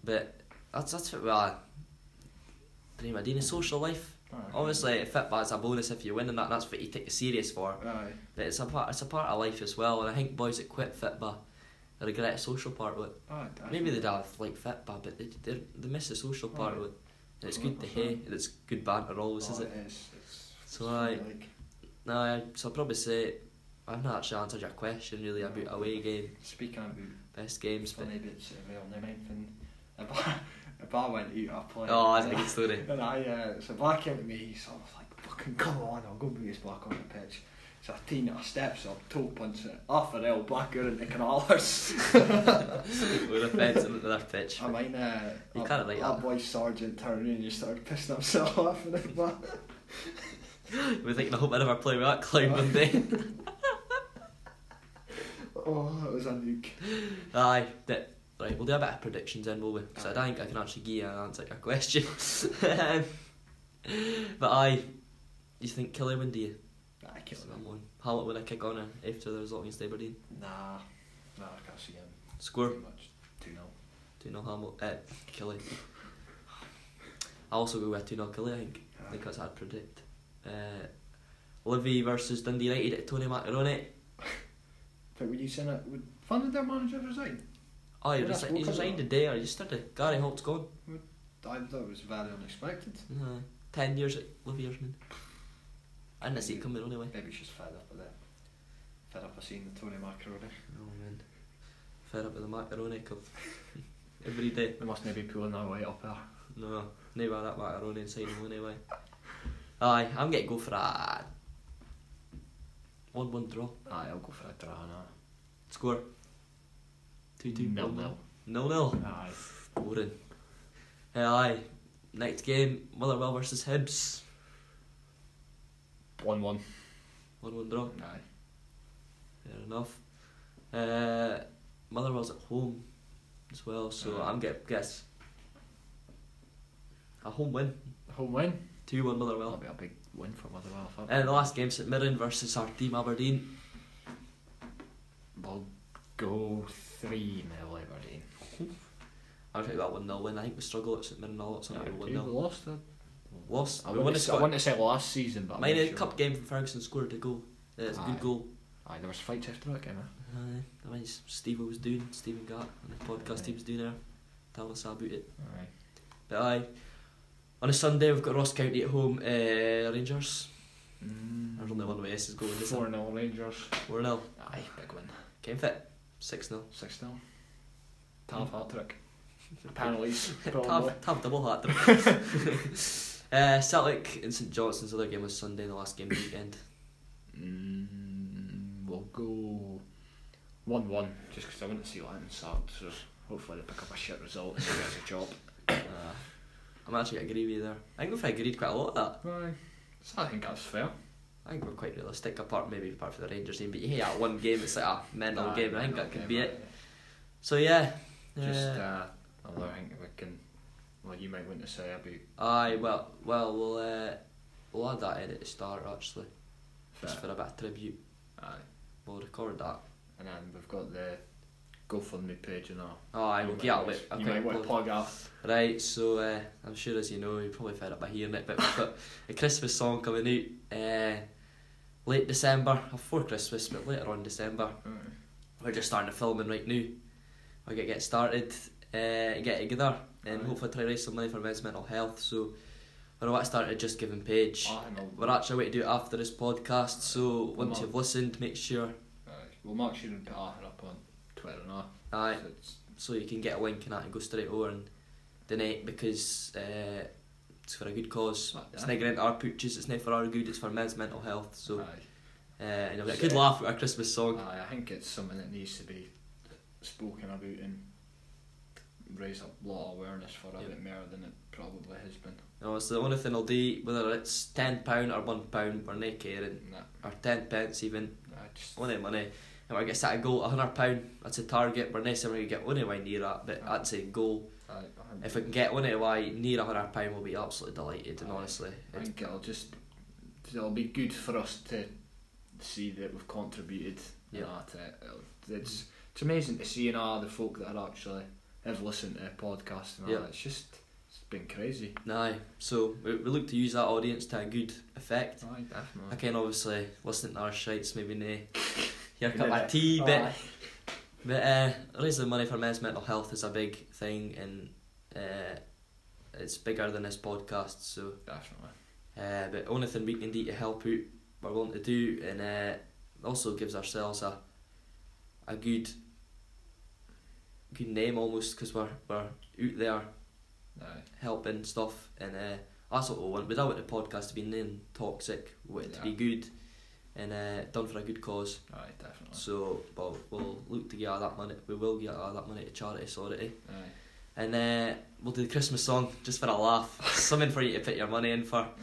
[SPEAKER 1] But that's that's what well, dream of doing is social life.
[SPEAKER 2] Aye.
[SPEAKER 1] Obviously, football's a bonus if you win and that. That's what you take it serious for.
[SPEAKER 2] Aye.
[SPEAKER 1] But it's a part it's a part of life as well. And I think boys that quit football regret the social part of it.
[SPEAKER 2] Aye,
[SPEAKER 1] Maybe they
[SPEAKER 2] definitely.
[SPEAKER 1] don't like football, but they they they miss the social part
[SPEAKER 2] Oh,
[SPEAKER 1] of it. And it's good to hear.
[SPEAKER 2] 100%.
[SPEAKER 1] and It's good banter always,
[SPEAKER 2] Oh,
[SPEAKER 1] is it?
[SPEAKER 2] it is. It's,
[SPEAKER 1] So,
[SPEAKER 2] it's
[SPEAKER 1] aye.
[SPEAKER 2] like
[SPEAKER 1] No, I, so I'll probably say I've not actually answered your question really about away game,
[SPEAKER 2] speaking about
[SPEAKER 1] best games, but
[SPEAKER 2] funny bits of well, the ninth and a bar, a bar went to eat up play.
[SPEAKER 1] oh, that's a good story.
[SPEAKER 2] And I, uh, so Black came to me, he's sort of like, fucking come on, I'll go beat this Black on the pitch. So I teen it, I steps up, toe punch it, off the rail, Black out into canalers.
[SPEAKER 1] We're offensive at their pitch.
[SPEAKER 2] I mean, uh,
[SPEAKER 1] You
[SPEAKER 2] our-
[SPEAKER 1] can't like
[SPEAKER 2] our
[SPEAKER 1] that.
[SPEAKER 2] boy Sergeant turned around and he started pissing himself laughing at that.
[SPEAKER 1] We're thinking, I hope I never play with that clown one day.
[SPEAKER 2] Oh, it was a nuke.
[SPEAKER 1] Aye, that, right, we'll do a bit of predictions then, will we? Because I don't think I can actually give you an answer to your question. but aye, you think Kelly win, do you?
[SPEAKER 2] Nah, kill
[SPEAKER 1] Killing
[SPEAKER 2] him.
[SPEAKER 1] one. Hamlet win a kick on her after the result against Aberdeen.
[SPEAKER 2] Nah, nah, I can't see him.
[SPEAKER 1] Score.
[SPEAKER 2] Pretty much 2 0.
[SPEAKER 1] 2 0 Hamlet. Uh, Kelly. I also go with 2 0 Kelly, I think. I think that's hard to predict. Uh, Livy versus Dundee United at Tony Macaroni.
[SPEAKER 2] But would you saying that? Would, when did their manager resign?
[SPEAKER 1] Oh, he
[SPEAKER 2] Yeah,
[SPEAKER 1] resi-
[SPEAKER 2] we'll
[SPEAKER 1] he's
[SPEAKER 2] cover
[SPEAKER 1] resigned
[SPEAKER 2] that.
[SPEAKER 1] today or yesterday. Gary Holt's gone.
[SPEAKER 2] I thought it was very unexpected.
[SPEAKER 1] Aye. Uh, ten years at Livy or something. I didn't see it coming anyway.
[SPEAKER 2] Maybe she's fed up with it. Fed up of seeing the Tony Macaroni.
[SPEAKER 1] Oh man, fed up with the macaroni cup every day.
[SPEAKER 2] They must maybe pulling their weight up there.
[SPEAKER 1] No, no by that macaroni inside him anyway. Aye, I'm gonna go for a one one draw.
[SPEAKER 2] Aye, I'll go for a draw now.
[SPEAKER 1] Score. Two two.
[SPEAKER 2] Nil nil.
[SPEAKER 1] Nil nil.
[SPEAKER 2] Aye.
[SPEAKER 1] Boring. Hey, aye. Next game, Motherwell versus Hibs.
[SPEAKER 2] One one.
[SPEAKER 1] One one draw.
[SPEAKER 2] Aye.
[SPEAKER 1] Fair enough. Uh, Motherwell's at home as well, so
[SPEAKER 2] Aye.
[SPEAKER 1] I'm get guess. A home win.
[SPEAKER 2] Home win.
[SPEAKER 1] Two one Motherwell.
[SPEAKER 2] That'll be a big win for Motherwell. if that-
[SPEAKER 1] And the last game, St Mirren versus our team Aberdeen.
[SPEAKER 2] We'll go three nil Aberdeen.
[SPEAKER 1] I think that one 0 win. I think we struggled at St Mirren a lot, so
[SPEAKER 2] Yeah,
[SPEAKER 1] yeah, one
[SPEAKER 2] we
[SPEAKER 1] 0
[SPEAKER 2] lost it.
[SPEAKER 1] Lost.
[SPEAKER 2] I
[SPEAKER 1] we won
[SPEAKER 2] wouldn't
[SPEAKER 1] a
[SPEAKER 2] say, I
[SPEAKER 1] Scot-
[SPEAKER 2] wouldn't say last season, but I'm
[SPEAKER 1] Mine
[SPEAKER 2] not
[SPEAKER 1] a
[SPEAKER 2] sure.
[SPEAKER 1] cup game from Ferguson scored a goal. Yeah, it's a
[SPEAKER 2] Aye.
[SPEAKER 1] good goal.
[SPEAKER 2] Aye, there was fights after that game. eh?
[SPEAKER 1] Aye. I mean, Steve was doing, Stephen Gart, and the podcast he was doing there. Tell us about it.
[SPEAKER 2] Aye.
[SPEAKER 1] But aye. On a Sunday, we've got Ross County at home, uh, Rangers. There's only one way this is going, is
[SPEAKER 2] Four 0 Mm. Rangers.
[SPEAKER 1] it? 4 0.
[SPEAKER 2] Aye, big win.
[SPEAKER 1] Game fit. 6 0.
[SPEAKER 2] Six 0 Tav hat trick. Penalties. probably.
[SPEAKER 1] Tab, tab double hat trick. uh, Celtic and St Johnson's other game was Sunday, the last game of the weekend.
[SPEAKER 2] Mm, we'll go one one, just because I want to see Latin start. So hopefully they pick up a shit result and get us a job.
[SPEAKER 1] Uh, I'm actually agree with you there. I think we've agreed quite a lot of that.
[SPEAKER 2] Aye. So I think that's fair.
[SPEAKER 1] I think we're quite realistic, apart maybe apart from the Rangers game, but yeah, that one game it's like a mental game. I think that could be it. So yeah,
[SPEAKER 2] Just
[SPEAKER 1] uh,
[SPEAKER 2] uh, although I think we can. Well, you might want to say about
[SPEAKER 1] aye. Well, well, we'll uh, we'll add that in at the start actually, just for
[SPEAKER 2] fair.
[SPEAKER 1] a bit of tribute.
[SPEAKER 2] Aye.
[SPEAKER 1] We'll record that.
[SPEAKER 2] And then we've got the GoFundMe page and all.
[SPEAKER 1] Aye,
[SPEAKER 2] You
[SPEAKER 1] we'll
[SPEAKER 2] might
[SPEAKER 1] get
[SPEAKER 2] want-
[SPEAKER 1] it.
[SPEAKER 2] You might want to plug that.
[SPEAKER 1] Right, so uh, I'm sure as you know, you're probably fed up by hearing it, but we've got a Christmas song coming out uh, late December, before Christmas, but later on December. We're just starting the filming right now. We're gonna get started, uh, get together, and
[SPEAKER 2] Aye.
[SPEAKER 1] hopefully try to raise some money for men's mental health. So we're about to start a Just Giving page.
[SPEAKER 2] Ah, and I'll-
[SPEAKER 1] We're actually going to do it after this podcast, so once
[SPEAKER 2] on.
[SPEAKER 1] you've listened, make sure
[SPEAKER 2] Aye. We'll make sure and put Arthur up on Twitter and all.
[SPEAKER 1] aye,
[SPEAKER 2] So it's-
[SPEAKER 1] so you can get a link and that and go straight over and donate because uh, it's for a good cause.
[SPEAKER 2] Aye.
[SPEAKER 1] It's not going to our pooches, it's not for our good, it's for men's mental health. So
[SPEAKER 2] Aye.
[SPEAKER 1] uh, and you'll get a good laugh at our Christmas song.
[SPEAKER 2] Aye, I think it's something that needs to be spoken about and raise a lot of awareness for a
[SPEAKER 1] Yeah.
[SPEAKER 2] bit more than it probably has been.
[SPEAKER 1] You know, so the only thing I'll do, whether it's ten pound or one pound, we're not caring.
[SPEAKER 2] Nah,
[SPEAKER 1] or ten pence even,
[SPEAKER 2] I just
[SPEAKER 1] only money. And we get set a goal, a hundred pound, that's a target. We're not going to get one away near that, but that's a goal.
[SPEAKER 2] I, I,
[SPEAKER 1] If we can get one away near a hundred pound, we'll be absolutely delighted. And honestly,
[SPEAKER 2] I
[SPEAKER 1] it,
[SPEAKER 2] think it'll just it'll be good for us to see that we've contributed.
[SPEAKER 1] Yeah.
[SPEAKER 2] Yeah, it's it's amazing to see and all the folk that are actually have listened to podcasts and all.
[SPEAKER 1] Yeah.
[SPEAKER 2] that. It's just it's been crazy.
[SPEAKER 1] no. So we, we look to use that audience to a good effect.
[SPEAKER 2] Aye, definitely.
[SPEAKER 1] I can obviously listen to our shites, maybe nay. Here cut my tea, but but uh, raising money for men's mental health is a big thing, and uh, it's bigger than this podcast. So
[SPEAKER 2] definitely.
[SPEAKER 1] Uh, but only thing we can do to help out, we're willing to do, and uh, also gives ourselves a a good good name almost because we're we're out there
[SPEAKER 2] Aye.
[SPEAKER 1] helping stuff, and uh, that's what we want. We don't want the podcast to be name toxic. We want it to be
[SPEAKER 2] Yeah.
[SPEAKER 1] good and uh, done for a good cause.
[SPEAKER 2] Aye, definitely.
[SPEAKER 1] So, well, we'll look to get all that money. We will get all that money to charity, sorry.
[SPEAKER 2] Aye.
[SPEAKER 1] And uh, we'll do the Christmas song just for a laugh. Something for you to put your money in for.
[SPEAKER 2] Aye.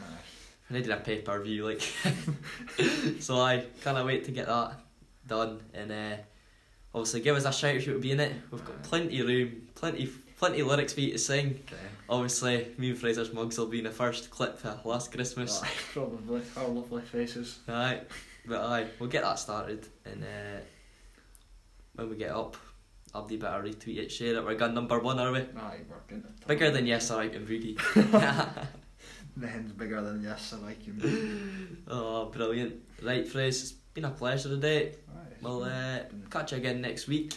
[SPEAKER 1] I did a pay per view, like, so I can't wait to get that done. And uh, obviously, give us a shout if you would be in it. We've got
[SPEAKER 2] Aye.
[SPEAKER 1] plenty of room, plenty, plenty of lyrics for you to sing.
[SPEAKER 2] Okay.
[SPEAKER 1] Obviously, me and Fraser's mugs will be in the first clip for last Christmas.
[SPEAKER 2] Aye, probably. Our lovely faces.
[SPEAKER 1] Aye, but aye, we'll get that started. And uh, when we get up, Abdi better retweet it, share it. We're going number one, are we?
[SPEAKER 2] Aye, we're good. at
[SPEAKER 1] Bigger
[SPEAKER 2] that.
[SPEAKER 1] than yes, alright, and Rudy.
[SPEAKER 2] The hen's bigger than yes, I like you.
[SPEAKER 1] oh, brilliant! Right, Fraser, it's been a pleasure today.
[SPEAKER 2] Aye.
[SPEAKER 1] We'll uh, catch you again next week.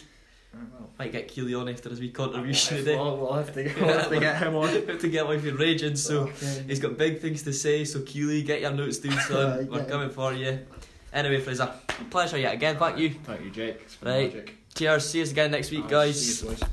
[SPEAKER 2] Aye, Ah, well.
[SPEAKER 1] Might get Keely on after his wee contribution today.
[SPEAKER 2] Well, we'll have to, we'll have to get him on. Oh.
[SPEAKER 1] Have to get life in raging, so
[SPEAKER 2] Okay.
[SPEAKER 1] he's got big things to say. So Keely, get your notes down, son.
[SPEAKER 2] Aye,
[SPEAKER 1] We're
[SPEAKER 2] get
[SPEAKER 1] coming for you. Anyway, Fraser, pleasure yet again. Thank you.
[SPEAKER 2] Thank you, Jake. It's been
[SPEAKER 1] Right.
[SPEAKER 2] magic.
[SPEAKER 1] Cheers. See us again next week,
[SPEAKER 2] Aye,
[SPEAKER 1] guys.
[SPEAKER 2] see you, boys.